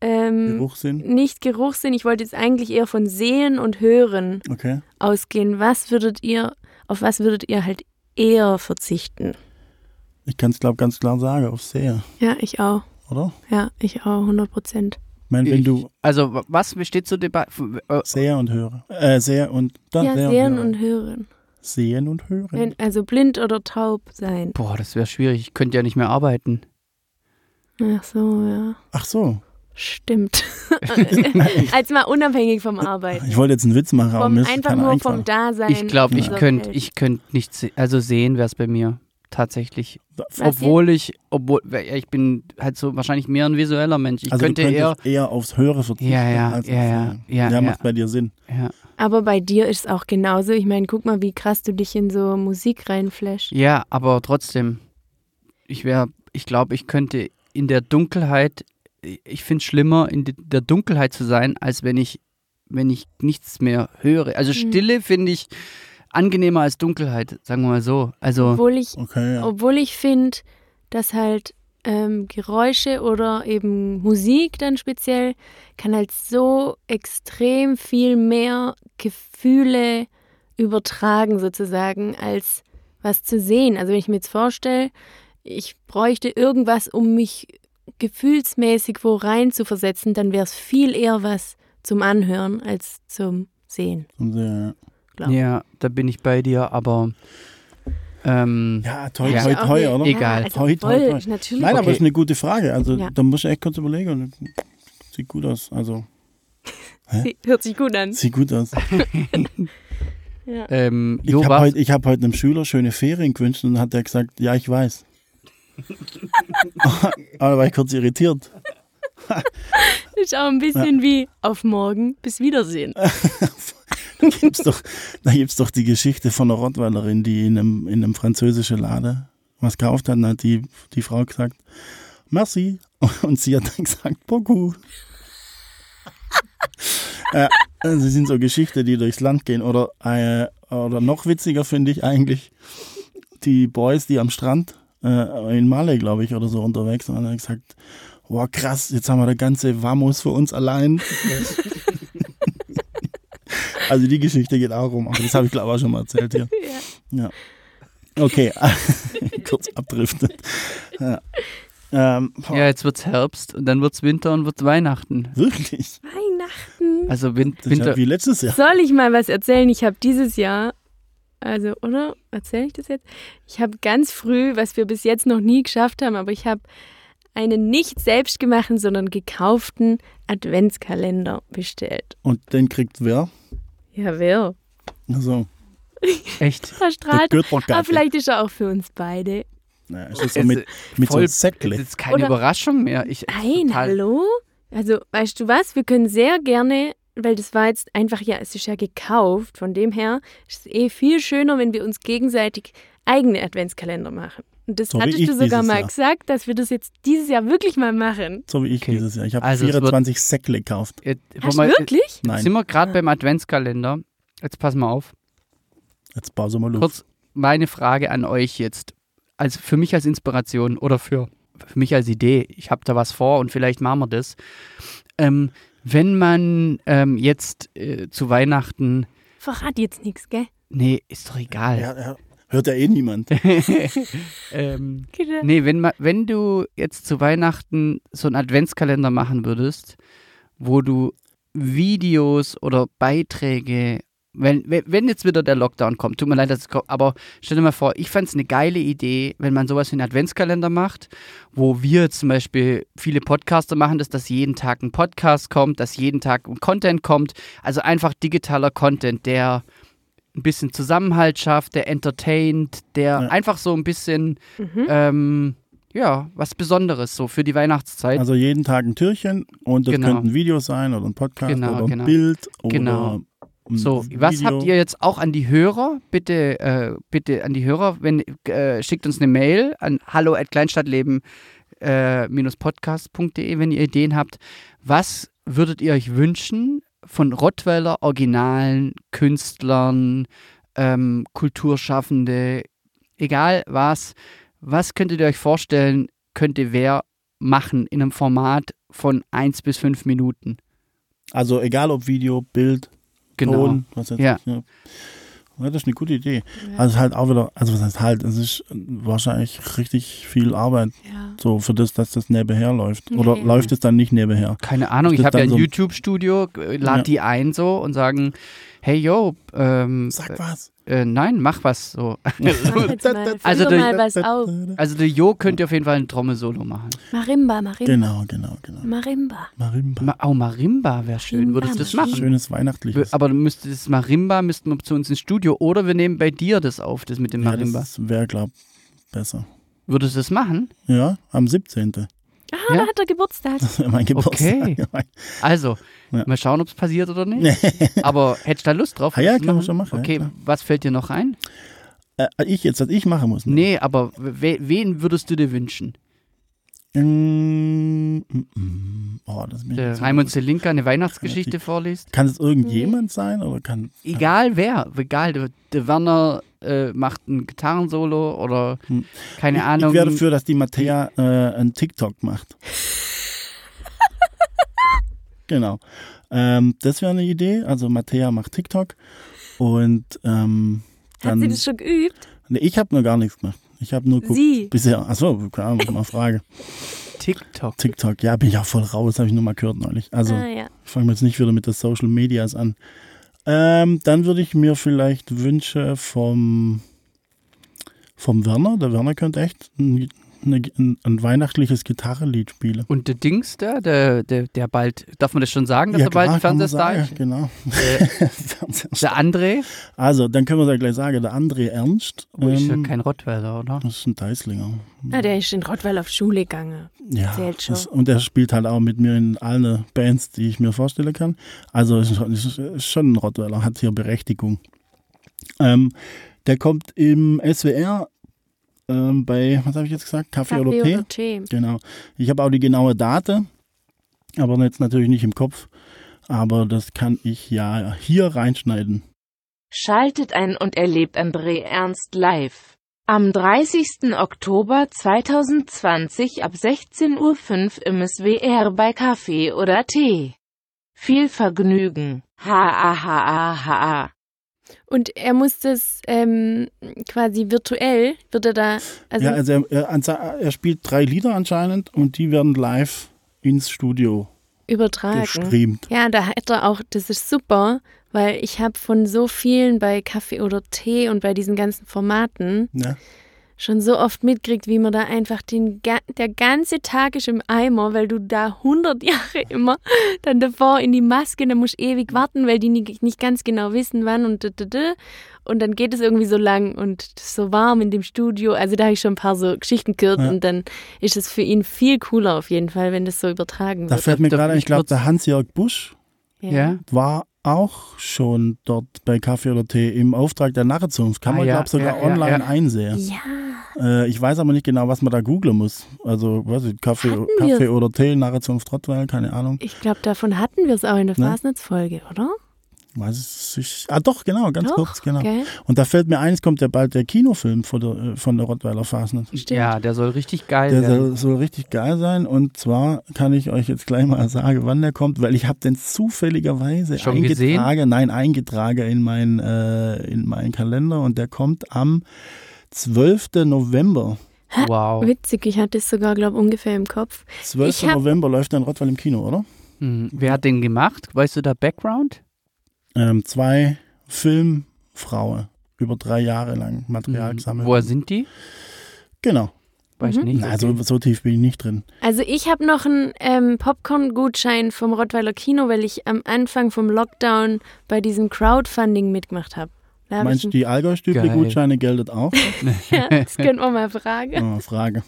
A: ähm,
C: Geruchssinn?
A: nicht Geruchssinn, ich wollte jetzt eigentlich eher von Sehen und Hören
C: Okay.
A: ausgehen, was würdet ihr, auf was würdet ihr halt eher verzichten?
C: Ich kann es, glaube ganz klar sagen, auf sehr,
A: Ja, ich auch.
C: oder?
A: Ja, ich auch, 100 Prozent.
C: Ich meine, wenn
B: Ich,
C: du
B: also, wa- was besteht zur Debatte? Äh,
C: sehr und höre. Äh, sehr und da,
A: Ja,
C: sehr
A: sehen
C: und höre.
A: und hören.
C: Sehen und hören.
A: Wenn, also blind oder taub sein.
B: boah, das wäre schwierig. Ich könnte ja nicht mehr arbeiten.
A: Ach so, ja.
C: Ach so.
A: Stimmt. Als mal unabhängig vom Arbeiten.
C: Ich wollte jetzt einen Witz machen, aber
A: Vom,
C: mir ist
A: einfach
C: keiner
A: nur
C: eingefallen.
A: vom Dasein.
B: Ich glaube, ich
A: dieser
B: könnte
A: Welt.
B: ich könnt nicht se Also, sehen wäre es bei mir tatsächlich.
A: Was
B: obwohl ich, obwohl, ja, ich bin halt so wahrscheinlich mehr ein visueller Mensch. Ich
C: also
B: könnte
C: du
B: eher.
C: könntest eher aufs Höhere verzichten.
B: Ja, ja,
C: als aufs
B: ja, ja,
C: Sehen.
B: ja,
C: ja,
B: ja.
C: macht bei dir Sinn.
B: Ja.
A: Aber bei dir ist es auch genauso. Ich meine, guck mal, wie krass du dich in so Musik reinflasht.
B: ja, aber trotzdem, ich wäre, ich glaube, ich könnte in der Dunkelheit, ich finde es schlimmer, in de- der Dunkelheit zu sein, als wenn ich, wenn ich nichts mehr höre. Also
A: Mhm.
B: Stille finde ich angenehmer als Dunkelheit, sagen wir mal so. Also,
A: Obwohl ich
C: Okay, ja.
A: Obwohl ich finde, dass halt ähm, Geräusche oder eben Musik dann speziell kann halt so extrem viel mehr Gefühle übertragen sozusagen als was zu sehen. Also wenn ich mir jetzt vorstelle, ich bräuchte irgendwas, um mich gefühlsmäßig wo rein zu versetzen, dann wäre es viel eher was zum Anhören als zum Sehen.
C: Und äh, sehr,
A: glaub.
B: ja, da bin ich bei dir, aber ähm,
C: ja. ja, toi,
B: Ja.
C: toi, toi,
A: Ja,
C: oder?
B: Egal.
A: Also
C: Toi, toi,
A: voll,
C: toi.
A: Natürlich.
C: Nein, aber
B: Okay.
C: ist eine gute Frage. Also
A: Ja.
C: da muss ich echt kurz überlegen. und Sieht gut aus. Also,
A: Sie- Hört sich gut an.
C: sieht gut aus.
A: Ja.
B: ähm,
C: Ich
B: jo,
C: habe
B: was-
C: heute hab heut einem Schüler schöne Ferien gewünscht und dann hat er gesagt, ja, ich weiß. aber da war ich kurz irritiert.
A: Ist auch ein bisschen wie auf morgen, bis Wiedersehen.
C: gibt's doch, da gibt es doch die Geschichte von einer Rottweilerin, die in einem, in einem französischen Laden was gekauft hat. Und hat die, die Frau gesagt, merci. Und sie hat dann gesagt, beaucoup. Äh, sie sind so Geschichten, die durchs Land gehen. Oder, äh, oder noch witziger finde ich eigentlich die Boys, die am Strand äh, in Male, glaube ich, oder so unterwegs sind. Und dann haben gesagt, wow, krass, jetzt haben wir der ganze Vamos für uns allein. also die Geschichte geht auch rum. Aber das habe ich, glaube ich, auch schon mal erzählt hier.
A: Ja.
C: Ja. Okay, kurz abdriftet. Ja. Ähm, boah,
B: Ja, jetzt wird's Herbst und dann wird's Winter und wird's Weihnachten.
C: Wirklich?
A: Weihnachten.
B: Also Win
C: Das ist ja
B: Winter.
C: wie letztes Jahr.
A: Soll ich mal was erzählen? Ich habe dieses Jahr, also, oder? Erzähle ich das jetzt? Ich habe ganz früh, was wir bis jetzt noch nie geschafft haben, aber ich habe einen nicht selbstgemachten, sondern gekauften Adventskalender bestellt.
C: Und den kriegt wer?
A: Ja, wer?
C: Also,
B: Echt.
C: der
A: Verstrahlt.
C: Göttbock-Gaffel.
A: Aber Ah, vielleicht ist er auch für uns beide.
C: Naja, ist das so mit, mit
B: Also
C: so
B: voll-
C: einem
B: Das
C: Säckle.
B: ist keine
A: Oder-
B: Überraschung mehr. Ich,
A: Nein,
B: total-
A: hallo? Also, weißt du was? Wir können sehr gerne, weil das war jetzt einfach, ja, es ist ja gekauft, von dem her ist es eh viel schöner, wenn wir uns gegenseitig eigene Adventskalender machen. Und das
C: So wie ich
A: hattest du sogar
C: dieses
A: mal
C: Jahr.
A: gesagt, dass wir das jetzt dieses Jahr wirklich mal machen.
C: So wie ich
B: Okay.
C: dieses Jahr. Ich habe
B: Also es wird-
C: 24 Säckle gekauft.
B: Jetzt, wollen
A: Hast du
B: wir-
A: wirklich?
B: jetzt
C: Nein,
B: sind wir gerade beim Adventskalender. Jetzt pass mal auf.
C: jetzt pause mal los.
B: Kurz meine Frage an euch jetzt. Also für mich als Inspiration oder für, für mich als Idee. Ich habe da was vor und vielleicht machen wir das. Ähm, wenn man ähm, jetzt äh, zu Weihnachten.
A: Verrat jetzt nichts, gell?
B: Nee, ist doch egal.
C: Ja, ja, hört ja eh niemand.
B: Ähm,
A: Genau.
B: Nee, wenn, ma- wenn du jetzt zu Weihnachten so einen Adventskalender machen würdest, wo du Videos oder Beiträge, wenn, wenn- wenn jetzt wieder der Lockdown kommt, tut mir leid, dass es kommt, aber stell dir mal vor, ich fand es eine geile Idee, wenn man sowas wie einen Adventskalender macht, wo wir zum Beispiel viele Podcaster machen, das, dass jeden Tag ein Podcast kommt, dass jeden Tag ein Content kommt, also einfach digitaler Content, der ein bisschen Zusammenhalt schafft, der entertaint, der
C: Ja.
B: einfach so ein bisschen ähm, ja, was Besonderes so für die Weihnachtszeit.
C: Also jeden Tag ein Türchen und das
B: Genau.
C: könnten Videos sein oder ein Podcast
B: Genau,
C: oder ein
B: genau.
C: Bild oder
B: Genau.
C: ein
B: so, was
C: Video.
B: habt ihr jetzt auch an die Hörer? Bitte, äh, bitte an die Hörer, wenn äh, schickt uns eine Mail an hallo at kleinstadtleben äh, podcast.de, wenn ihr Ideen habt. Was würdet ihr euch wünschen von Rottweiler Originalen, Künstlern, ähm, Kulturschaffende, egal was, was könntet ihr euch vorstellen, könnte wer machen in einem Format von 1 bis 5 Minuten?
C: Also egal ob Video, Bild,
B: Genau.
C: Ton, was jetzt,
B: Ja.
C: ja. Ja, das ist eine gute Idee. Also halt auch wieder, also was heißt halt, es ist wahrscheinlich richtig viel Arbeit,
A: Ja.
C: so für das, dass das nebenher läuft.
A: Ja,
C: Oder
A: ja.
C: läuft es dann nicht nebenher?
B: Keine Ahnung,
C: Ist
B: ich
C: das
B: habe ja
C: dann
B: ein
C: so ein-
B: YouTube-Studio, äh, lad
C: Ja.
B: die ein so und sagen, hey yo, ähm,
C: Sag was.
B: äh, nein, mach was so.
A: Mach jetzt mal,
B: Also
A: also
B: durch-
A: mal was auf.
B: Also der Jo könnt ihr auf jeden Fall ein Trommelsolo machen.
A: Marimba, Marimba,
C: Genau, genau, genau.
A: Marimba.
C: Marimba.
B: Ma oh, Marimba wäre schön, würdest du das
A: Marimba,
B: machen?
C: Schönes weihnachtliches.
B: Aber dann müsste das Marimba müssten wir zu uns ins Studio oder wir nehmen bei dir das auf, das mit dem
C: Ja,
B: Marimba.
C: das wäre, glaube besser.
B: Würdest du das machen?
C: Ja, am 17.
A: Ah,
B: Ja.
A: da hat er Geburtstag.
C: Das wäre mein Geburtstag.
B: Also,
C: Ja.
B: mal schauen, ob es passiert oder nicht. Aber hättest du da Lust drauf?
C: Ah ja,
B: das zu
C: können wir schon machen, ja,
B: Okay,
C: klar.
B: was fällt dir noch ein?
C: Äh, ich jetzt, was ich machen muss. ne?
B: Nee, aber we wen würdest du dir wünschen?
C: Mm, mm, mm. Oh, das bin ich
B: Der
C: jetzt-
B: Raimund Zelinka eine Weihnachtsgeschichte
C: Relativ.
B: vorliest?
C: Kann es irgendjemand sein oder kann
B: Egal wer, egal, der, der Werner äh, macht ein Gitarrensolo oder keine Ahnung.
C: Hm. Ich wäre dafür, dass die Mattea äh, einen TikTok macht. genau. Ähm, das wäre eine Idee. Also Mattea macht TikTok und ähm,
A: Hat
C: dann.
A: sie das schon geübt?
C: nee, ich habe nur gar nichts gemacht. Ich habe nur geguckt.
A: Sie.
C: Bisher. Achso, keine Ahnung, mal Frage.
B: TikTok.
C: TikTok, ja, bin ich auch voll raus, habe ich nur mal gehört neulich. Also
A: Ah ja.
C: fangen wir jetzt nicht wieder mit den Social Medias an. Ähm, dann würde ich mir vielleicht Wünsche vom, vom Werner. Der Werner könnte echt ein, eine, ein, ein weihnachtliches Gitarrenlied spielen.
B: Und der Dings da, der, der, der bald, darf man das schon sagen, dass er bald
C: kann man
B: Fernsehstar
C: sagen,
B: ist?
C: Genau.
B: Äh,
C: Fernsehstar.
B: der André,
C: also, dann können wir da gleich sagen, der André Ernst.
B: oh, ist ja
C: ähm,
B: kein Rottweiler, oder?
C: das ist ein Deißlinger.
A: Ah, der ist in Rottweil auf Schule gegangen.
C: Ja,
A: Zählt schon.
C: das- und er spielt halt auch mit mir in allen Bands, die ich mir vorstellen kann. Also ist schon, ist schon ein Rottweiler, hat hier Berechtigung. Ähm, der kommt im SWR ähm, bei, was habe ich jetzt gesagt, Kaffee oder Tee?
A: Tee.
C: Genau. Ich habe auch die genaue Date, aber jetzt natürlich nicht im Kopf. aber das kann ich ja hier reinschneiden.
D: Schaltet ein und erlebt André Ernst live. Am 30. Oktober 2020 ab 16.05 Uhr im SWR bei Kaffee oder Tee. Viel Vergnügen. Ha ha ha ha ha.
A: Und er muss das ähm, quasi virtuell, wird er da, also,
C: ja, also er, er, ansa- er spielt drei Lieder anscheinend und die werden live ins Studio
A: übertragen.
C: gestreamt.
A: Ja, da hat er auch, das ist super, weil ich habe von so vielen bei Kaffee oder Tee und bei diesen ganzen Formaten
C: Ne?
A: schon so oft mitkriegt, wie man da einfach den, ga- der ganze Tag ist im Eimer, weil du da 100 Jahre immer dann davor in die Maske, dann musst du ewig warten, weil die nicht, nicht ganz genau wissen, wann und d -d -d. und dann geht es irgendwie so lang und so warm in dem Studio. Also da habe ich schon ein paar so Geschichten gehört
C: Ja.
A: und dann ist es für ihn viel cooler auf jeden Fall, wenn das so übertragen
C: Da
A: wird.
C: fällt mir
B: da-
C: gerade, ein, ich
B: ich
C: glaube,
B: würd's-
C: der Hans-Jörg Busch
B: Ja.
C: war auch schon dort bei Kaffee oder Tee im Auftrag der Narrenzunft. Kann
B: Ah,
C: man,
B: ja,
C: glaube ich, sogar
B: ja, ja,
C: online
B: ja.
C: einsehen.
A: Ja,
C: Äh, ich weiß aber nicht genau, was man da googeln muss. Also, weiß ich, Kaffee,
A: Hatten
C: Kaffee
A: wir's?
C: oder Tee, Narrenzunft Rottweil, keine Ahnung.
A: ich glaube, davon hatten wir es auch in der
C: Ne?
A: Fasnetz-Folge, oder?
C: Weiß ich, ah, doch, genau, ganz
A: Doch,
C: kurz, genau.
A: Gell?
C: Und da fällt mir ein, es kommt ja bald der Kinofilm von der, äh, von der Rottweiler Fasnet.
A: Stimmt.
B: Ja, der soll richtig geil
C: Der
B: werden.
C: soll, soll richtig geil sein und zwar kann ich euch jetzt gleich mal sagen, wann der kommt, weil ich habe den zufälligerweise
B: Schon gesehen?
C: eingetragen, nein, eingetragen in meinen äh, in meinen Kalender und der kommt am 12. November. Oh.
B: Wow.
A: Witzig, ich hatte es sogar, glaube ungefähr im Kopf.
C: 12.
A: Ich hab-
C: November läuft dann Rottweil im Kino, oder?
B: Mhm. Wer hat den gemacht? Weißt du da Background?
C: Ähm, zwei Filmfrauen über drei Jahre lang Material
B: Hm.
C: gesammelt.
B: Mhm. Woher sind die?
C: Genau.
B: Weiß ich nicht.
C: Na, so, so tief bin ich nicht drin.
A: Also ich habe noch einen ähm, Popcorn-Gutschein vom Rottweiler Kino, weil ich am Anfang vom Lockdown bei diesem Crowdfunding mitgemacht habe. Da hab
C: Meinst
A: ich
C: du,
A: einen,
C: die Allgäu-Stübli-Gutscheine geldet auch?
A: ja, das könnte man mal fragen.
C: Oh, Frage.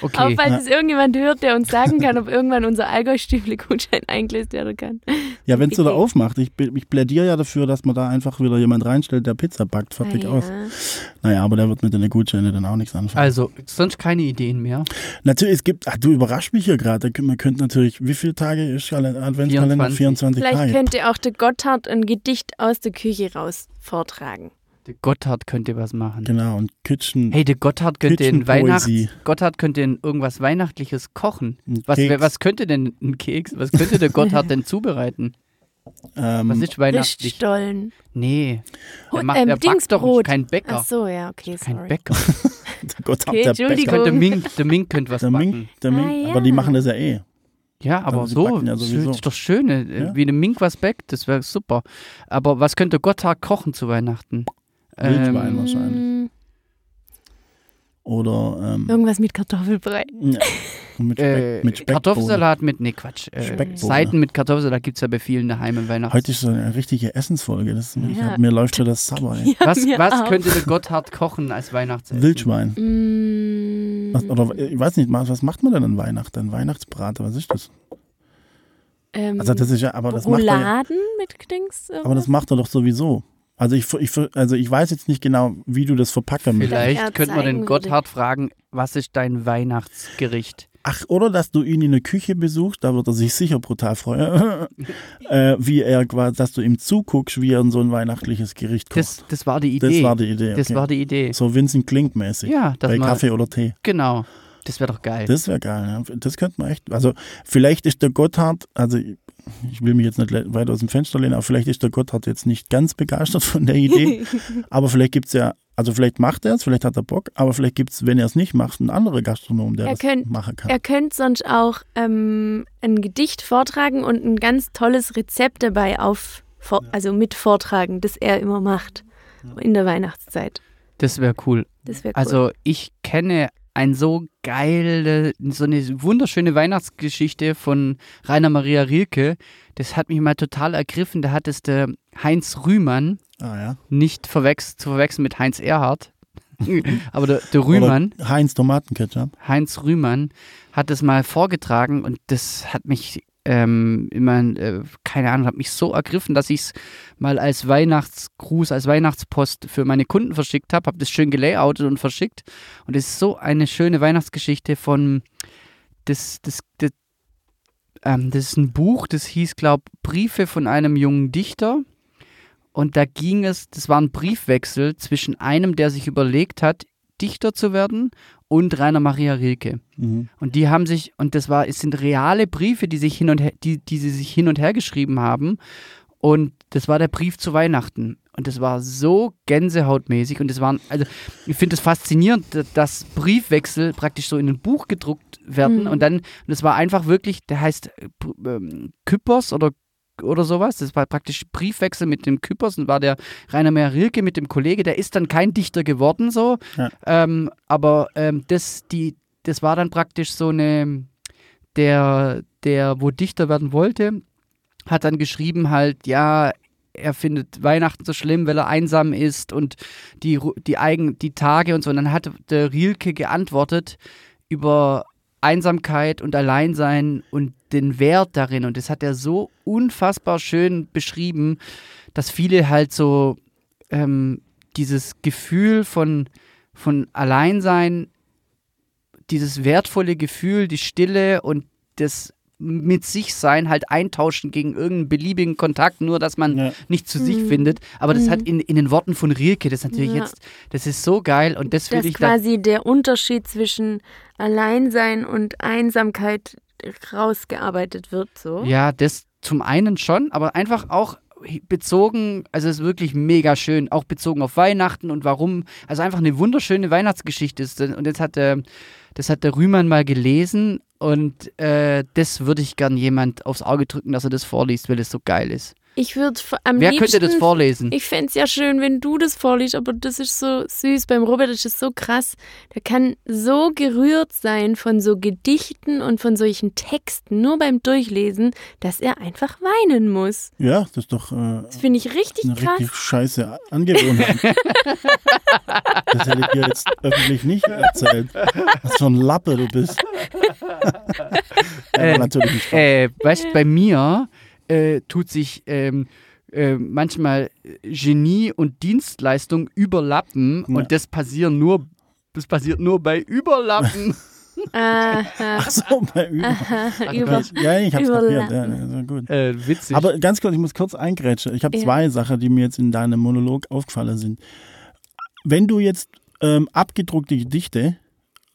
A: Auch
B: Okay.
A: falls es irgendjemand hört, der uns sagen kann, ob irgendwann unser Allgäu-Stüble-Gutschein eingelöst werden kann.
C: Ja, wenn es so da
A: Idee.
C: aufmacht. Ich, bin- ich plädiere ja dafür, dass man da einfach wieder jemand reinstellt, der Pizza backt. Fertig
A: Ah,
C: aus.
A: ja.
C: Naja, aber der wird mit den Gutscheinen dann auch nichts anfangen.
B: Also, sonst keine Ideen mehr.
C: Natürlich, es gibt, ach, du überraschst mich hier gerade. Man könnte natürlich, wie viele Tage ist Kalen- Adventskalender?
B: 24.
C: 24
A: Vielleicht
C: Tage.
A: könnte auch der Gotthard ein Gedicht aus der Küche raus vortragen.
B: Der Gotthard könnte was machen.
C: Genau, und Kitchen.
B: Hey, der Gotthard könnte in Weihnachts
C: Kitchenpoesie.
B: Gotthard könnte in irgendwas Weihnachtliches kochen.
C: Ein
B: Was,
C: Keks.
B: was könnte denn ein Keks? Was könnte der Gotthard denn zubereiten? Was
C: ähm,
B: ist weihnachtlich?
A: Lichtstollen.
B: Nee.
A: Ho-
B: Der, macht,
A: ähm,
B: der backt doch
A: Dingsbrot.
B: nicht, kein Bäcker.
A: Ach so, ja, okay,
B: Kein
A: sorry.
B: Bäcker.
C: Gott hab
A: Okay,
C: der
B: Ich
A: Entschuldigung.
C: Bäcker.
B: glaube, der Mink, der Mink könnte was
C: Der
B: backen.
C: Mink, der Mink.
A: Ah,
C: Aber
A: ja.
C: die machen das ja eh.
B: Ja, aber
C: Aber sie
B: so
C: backen ja sowieso.
B: ist doch schön, äh,
C: Ja.
B: wie eine Mink was backt, das wäre super. Aber was könnte Gotthard kochen zu Weihnachten?
C: Wildschwein.
B: Ähm,
C: wahrscheinlich. Oder ähm,
A: Mm, Irgendwas mit Kartoffelbrei.
C: ja, mit Speck.
B: äh,
C: mit Speckbohnen.
B: Kartoffelsalat mit, nee Quatsch, äh,
C: Speckbohne.
B: Seiten mit Kartoffelsalat gibt es ja bei vielen daheim im Weihnachten.
C: Heute ist so eine richtige Essensfolge. Das, ich
A: Ja.
C: hab, mir läuft schon das Sabber. Ey.
A: Ja,
B: was
A: mir
B: was
A: auch.
B: könnte der Gotthard kochen als Weihnachtsessen?
C: Wildschwein.
A: Mm,
C: Was, oder ich weiß nicht, was was macht man denn an Weihnachten? An Weihnachtsbraten, was ist das?
A: ähm,
C: Also das ist ja, aber das macht er, ja-
A: Rouladen mit Dings?
C: aber das macht er doch sowieso. Also ich, ich, also ich weiß jetzt nicht genau, wie du das verpacken möchtest.
A: Wenn er
B: Vielleicht könnte man
A: zeigen
B: den
A: würde.
B: Gotthard fragen, was ist dein Weihnachtsgericht?
C: Ach, oder dass du ihn in der Küche besuchst, da wird er sich sicher brutal freuen, äh, wie er quasi, dass du ihm zuguckst, wie er in so ein weihnachtliches Gericht kocht.
B: Das, das war die
C: Das
B: Idee.
C: war die Idee.
B: Das
C: okay.
B: war die Idee.
C: so Vincent Klink mäßig.
B: Ja, dass
C: bei
B: man-
C: Kaffee oder Tee.
B: Genau. Das wäre doch geil.
C: Das wäre geil. Ja. Das könnte man echt. Also, vielleicht ist der Gotthard, also ich- ich will mich jetzt nicht le- weit aus dem Fenster lehnen, aber vielleicht ist der Gotthard jetzt nicht ganz begeistert von der Idee. aber vielleicht gibt es ja, also vielleicht macht er es, vielleicht hat er Bock, aber vielleicht gibt es, wenn er es nicht macht, einen anderen Gastronom, der
A: Er
C: das
A: könnt-
C: machen kann.
A: Er könnte sonst auch ähm, ein Gedicht vortragen und ein ganz tolles Rezept dabei auf, vor, also mit vortragen, das er immer macht in der Weihnachtszeit.
B: Das wäre cool.
A: Das wäre cool.
B: Also ich kenne ein so geile, so eine wunderschöne Weihnachtsgeschichte von Rainer Maria Rilke. Das hat mich mal total ergriffen. Da hat es der Heinz Rühmann
C: ah, ja.
B: nicht verwechs zu verwechseln mit Heinz Erhard. Aber der, der Rühmann,
C: Oder Heinz Tomatenketchup.
B: Heinz Rühmann, hat es mal vorgetragen und das hat mich ähm, immer, äh, keine Ahnung, hat mich so ergriffen, dass ich es mal als Weihnachtsgruß, als Weihnachtspost für meine Kunden verschickt habe, habe das schön gelayoutet und verschickt und es ist so eine schöne Weihnachtsgeschichte von das, das, das Ähm, das ist ein Buch, das hieß, glaube Briefe von einem jungen Dichter. Und da ging es, das war ein Briefwechsel zwischen einem, der sich überlegt hat, Dichter zu werden, und Rainer Maria Rilke.
C: Mhm.
B: Und die haben sich, und das war, es sind reale Briefe, die sich hin und her, die, die sie sich hin und her geschrieben haben. Und das war der Brief zu Weihnachten. Und das war so gänsehautmäßig. Und das waren, also ich finde es das faszinierend, da- dass Briefwechsel praktisch so in ein Buch gedruckt werden.
A: Mhm.
B: Und dann, und das war einfach wirklich, der heißt äh, P- ähm, Kypers oder oder sowas. Das war praktisch Briefwechsel mit dem Kypers und war der Rainer Meyer Rilke mit dem Kollege. Der ist dann kein Dichter geworden so,
C: Ja.
B: ähm, aber ähm, das die das war dann praktisch so eine der der wo Dichter werden wollte, hat dann geschrieben halt ja er findet Weihnachten so schlimm, weil er einsam ist und die Ru- die eigen die Tage und so. Und dann hat der Rilke geantwortet über Einsamkeit und Alleinsein und den Wert darin. Und das hat er so unfassbar schön beschrieben, dass viele halt so ähm, dieses Gefühl von, von Alleinsein, dieses wertvolle Gefühl, die Stille und das mit sich sein halt eintauschen gegen irgendeinen beliebigen Kontakt, nur dass man
C: Ja.
B: nicht zu sich
A: Mhm.
B: findet. Aber das
A: Mhm.
B: hat in, in den Worten von Rilke, das ist natürlich
A: Ja.
B: jetzt, das ist so geil und das
A: Dass
B: finde ich da-
A: quasi der Unterschied zwischen Alleinsein und Einsamkeit rausgearbeitet wird, so.
B: Ja, das zum einen schon, aber einfach auch bezogen, also es ist wirklich mega schön, auch bezogen auf Weihnachten und warum, also einfach eine wunderschöne Weihnachtsgeschichte ist. Und jetzt hat der, das hat der Rühmann mal gelesen und äh, das würde ich gern jemand aufs Auge drücken, dass er das vorliest, weil es so geil ist.
A: Ich würde am
B: Wer
A: liebsten
B: könnte das
C: Hm.
B: vorlesen?
A: Ich fände es ja schön, wenn du das vorliest, aber das ist so süß. Beim Robert ist es so krass. Der kann so gerührt sein von so Gedichten und von solchen Texten, nur beim Durchlesen, dass er einfach weinen muss.
C: Ja, das ist doch äh, eine
A: Das finde ich richtig krass.
C: richtig scheiße Angewohnheit. das hätte ich dir jetzt öffentlich nicht erzählt. Was für ein Lappe du bist.
B: Äh,
C: ja, natürlich nicht.
B: Äh, weißt du, bei mir äh, tut sich ähm, äh, manchmal Genie und Dienstleistung überlappen
C: Ja.
B: und das passieren nur, das passiert nur bei Überlappen.
A: Aha,
C: Ach so, bei Üben.
A: aha, über,
C: ja, ich hab's kapiert. Ja,
A: Überlappen.
C: ja, so gut.
B: äh, witzig.
C: Aber ganz kurz, ich muss kurz eingrätschen. Ich habe
A: Ja.
C: zwei Sachen, die mir jetzt in deinem Monolog aufgefallen sind. Wenn du jetzt ähm, abgedruckte Gedichte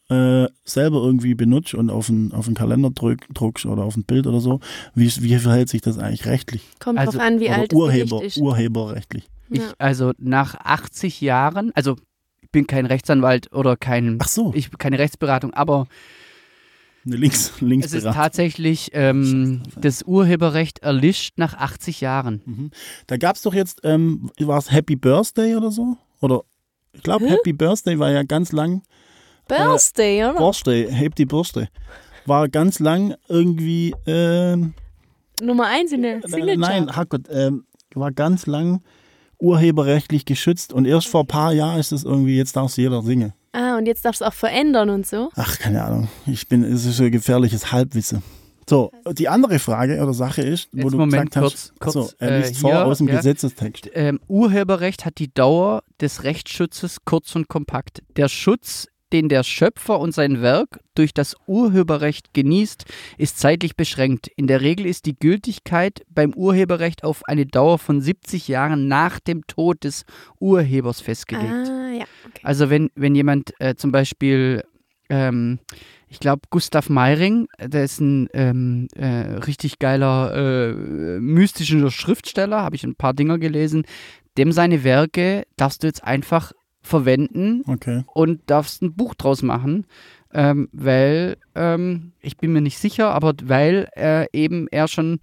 C: äh, selber irgendwie benutzt und auf den, auf den Kalender drück, druckst oder auf ein Bild oder so, wie, wie verhält sich das eigentlich rechtlich?
A: kommt
B: Also,
A: drauf an, wie
C: oder
A: alt
C: Urheber,
A: es ist.
C: urheberrechtlich.
B: ich,
A: Ja.
B: also nach 80 Jahren, also ich bin kein Rechtsanwalt oder kein,
C: Ach so,
B: ich keine Rechtsberatung, aber
C: eine links,
B: es ist
C: Linksberatung.
B: tatsächlich ähm, das Urheberrecht erlischt nach 80 Jahren.
C: Mhm. Da gab es doch jetzt, ähm, war es Happy Birthday oder so? Oder ich glaube, Happy Birthday war ja ganz lang
A: Birthday, oder?
C: Borste, heb die Borste. War ganz lang irgendwie, ähm,
A: Nummer eins in der
C: äh,
A: Signature.
C: nein, Hackert, ähm, war ganz lang urheberrechtlich geschützt und erst vor ein paar Jahren ist es irgendwie, jetzt darf es jeder singen.
A: Ah, und jetzt darfst du auch verändern und so.
C: Ach, keine Ahnung, ich bin, es ist so gefährliches Halbwissen. So, die andere Frage oder Sache ist, wo
B: Jetzt
C: du
B: Moment,
C: gesagt hast,
B: kurz, kurz,
C: so, er
B: äh,
C: liest vor
B: hier,
C: aus dem
B: ja.
C: Gesetzestext.
B: ähm, Urheberrecht hat die Dauer des Rechtsschutzes kurz und kompakt. Der Schutz, den der Schöpfer und sein Werk durch das Urheberrecht genießt, ist zeitlich beschränkt. In der Regel ist die Gültigkeit beim Urheberrecht auf eine Dauer von 70 Jahren nach dem Tod des Urhebers festgelegt.
A: Ah, ja. Okay.
B: Also wenn, wenn jemand äh, zum Beispiel, ähm, ich glaube Gustav Meiring, äh, der ist ein ähm, äh, richtig geiler äh, mystischer Schriftsteller, habe ich ein paar Dinger gelesen, dem seine Werke darfst du jetzt einfach verwenden
C: Okay.
B: und darfst ein Buch draus machen, ähm, weil, ähm, ich bin mir nicht sicher, aber weil äh, eben er schon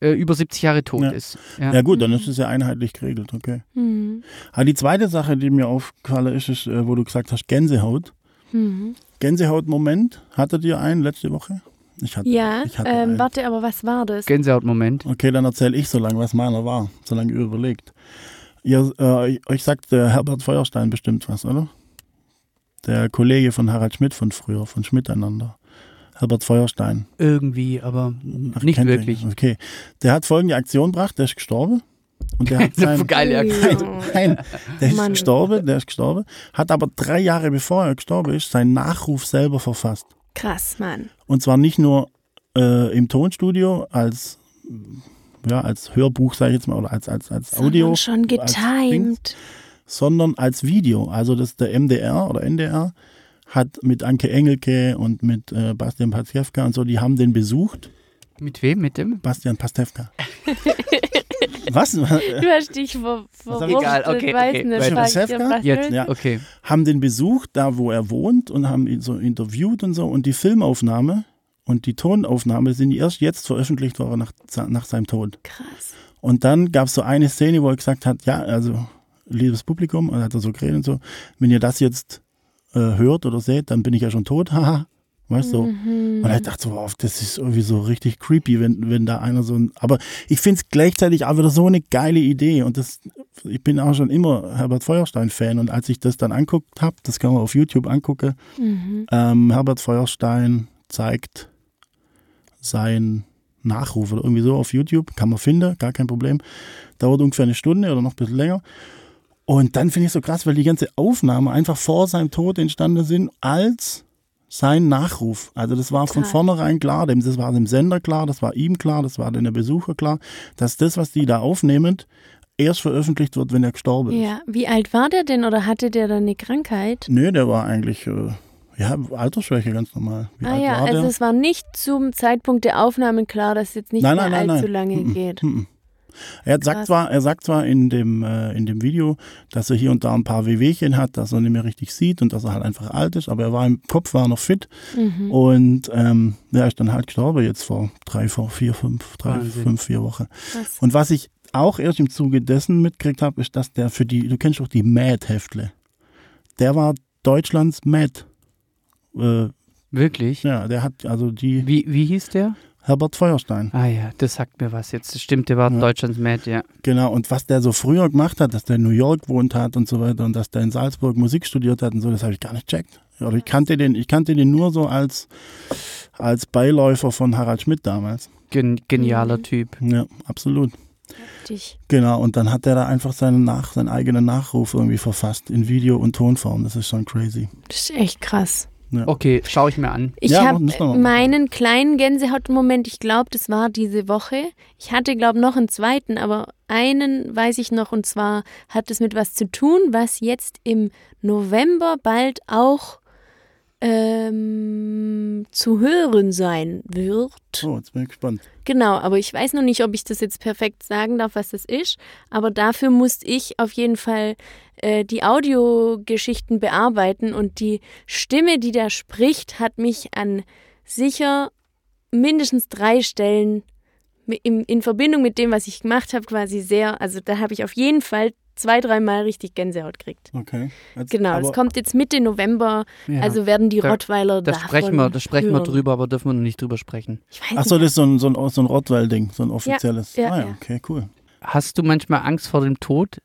B: äh, über 70 Jahre tot
C: Ja.
B: ist.
C: Ja gut, dann ist es ja einheitlich geregelt, okay.
A: Mhm.
C: Ah, die zweite Sache, die mir aufgefallen ist, ist, äh, wo du gesagt hast, Gänsehaut.
A: Mhm.
C: Gänsehaut-Moment, hattet ihr einen letzte Woche? Ich hatte,
A: Ja,
C: ich hatte
A: ähm,
C: einen.
A: warte, aber was war das?
B: Gänsehaut-Moment.
C: Okay, dann erzähle ich so lange, was meiner war, solange ihr überlegt. Ihr, äh, euch sagt der Herbert Feuerstein bestimmt was, oder? Der Kollege von Harald Schmidt von früher, von Schmidt einander. Herbert Feuerstein.
B: Irgendwie, aber
C: Ach,
B: nicht
C: kennt ihr?
B: wirklich.
C: Okay. Der hat folgende Aktion gebracht, der ist gestorben. Und der hat sein,
B: Geile Aktion.
A: Ja.
C: Nein, der ist
A: Mann.
C: gestorben, der ist gestorben, hat aber drei Jahre bevor er gestorben ist, seinen Nachruf selber verfasst.
A: Krass, Mann.
C: Und zwar nicht nur äh, äh, im Tonstudio als, ja, als Hörbuch, sage ich jetzt mal, oder als, als, als Audio,
A: Schon
C: als Dings.
A: getimed.
C: sondern als Video. Also das der MDR oder NDR hat mit Anke Engelke und mit äh, Bastian Pastewka und so, die haben den besucht.
B: Mit wem? Mit dem?
C: Bastian Pastewka. Was?
A: Du hast dich ver verwurstet,
B: Egal, okay,
A: weiß
B: okay,
A: nicht,
B: weiter.
A: was ich dir
C: Sefka?
A: was
B: Jetzt,
A: will.
C: Ja.
B: Okay.
C: haben den besucht, da wo er wohnt und haben ihn so interviewt und so. Und die Filmaufnahme und die Tonaufnahme sind erst jetzt veröffentlicht worden nach, nach seinem Tod.
A: Krass.
C: Und dann gab es so eine Szene, wo er gesagt hat, ja, also liebes Publikum, und dann hat er so geredet und so, wenn ihr das jetzt äh, hört oder seht, dann bin ich ja schon tot, haha. Weißt du? Und ich dachte so, wow, das ist irgendwie so richtig creepy, wenn, wenn da einer so ein. Aber ich finde es gleichzeitig auch wieder so eine geile Idee. Und das, ich bin auch schon immer Herbert Feuerstein-Fan. Und als ich das dann anguckt habe, das kann man auf YouTube angucken, ähm, Herbert Feuerstein zeigt seinen Nachruf oder irgendwie so auf YouTube. Kann man finden, gar kein Problem. Dauert ungefähr eine Stunde oder noch ein bisschen länger. Und dann finde ich so krass, weil die ganze Aufnahme einfach vor seinem Tod entstanden sind als sein Nachruf. Also das war von
A: Krass.
C: vornherein klar, dem- das war dem Sender klar, das war ihm klar, das war den Besucher klar, dass das, was die da aufnehmen, erst veröffentlicht wird, wenn er gestorben ist.
A: Ja, wie alt war der denn oder hatte der da eine Krankheit?
C: Nö, der war eigentlich, äh, ja, Altersschwäche ganz normal. Wie
A: ah
C: alt
A: ja,
C: war
A: also
C: der?
A: es war nicht zum Zeitpunkt der Aufnahmen klar, dass es jetzt nicht
C: Nein,
A: mehr
C: nein, nein,
A: allzu
C: nein.
A: lange
C: Mhm.
A: geht.
C: Er sagt
A: Krass.
C: zwar, er sagt zwar in dem, äh, in dem Video, dass er hier und da ein paar Wehwehchen hat, dass er nicht mehr richtig sieht und dass er halt einfach alt ist, aber er war im Kopf, war noch fit und ähm, er ist dann halt gestorben jetzt vor drei, vor vier, fünf, drei,
B: Wahnsinn.
C: fünf, vier Wochen.
A: Krass.
C: Und was ich auch erst im Zuge dessen mitgekriegt habe, ist, dass der für die, du kennst doch die Mad-Heftle. Der war Deutschlands Mad. Äh,
B: Wirklich?
C: ja, der hat also die
B: Wie, wie hieß der?
C: Herbert Feuerstein.
B: Ah ja, das sagt mir was jetzt. Das stimmt, der war
C: Ja.
B: Deutschlands Mad, ja.
C: Genau, und was der so früher gemacht hat, dass der in New York gewohnt hat und so weiter und dass der in Salzburg Musik studiert hat und so, das habe ich gar nicht checkt. Oder ich kannte den, ich kannte den nur so als, als Beiläufer von Harald Schmidt damals.
B: Gen
A: Mhm.
B: genialer Typ.
C: Ja, absolut.
A: Heftig.
C: Genau, und dann hat er da einfach seinen, Nach, seinen eigenen Nachruf irgendwie verfasst in Video- und Tonform. Das ist schon crazy.
A: Das ist echt krass.
B: Okay, schaue ich mir an.
A: Ich
C: Ja,
A: habe
C: müssen wir mal machen.
A: meinen kleinen Gänsehautmoment, ich glaube, das war diese Woche. Ich hatte, glaube noch einen zweiten, aber einen weiß ich noch und zwar hat es mit was zu tun, was jetzt im November bald auch ähm, zu hören sein wird.
C: Oh, jetzt bin ich gespannt.
A: Genau, aber ich weiß noch nicht, ob ich das jetzt perfekt sagen darf, was das ist. Aber dafür musste ich auf jeden Fall äh, die Audiogeschichten bearbeiten und die Stimme, die da spricht, hat mich an sicher mindestens drei Stellen mi- im, in Verbindung mit dem, was ich gemacht habe, quasi sehr. Also da habe ich auf jeden Fall zwei, dreimal richtig Gänsehaut gekriegt.
C: Okay. Jetzt,
A: Genau,
C: aber,
A: das kommt jetzt Mitte November,
B: Ja.
A: also werden die
B: Da-
A: Rottweiler
B: da
A: davon
B: sprechen wir, da sprechen wir
A: hören.
B: drüber, aber dürfen wir noch nicht drüber sprechen.
A: Ich weiß
C: Ach
A: nicht.
C: so, das ist so ein, so ein, so ein Rottweil-Ding, so ein offizielles.
A: ja,
C: ah, ja,
A: ja.
C: okay, cool.
B: Hast du manchmal Angst vor dem Tod?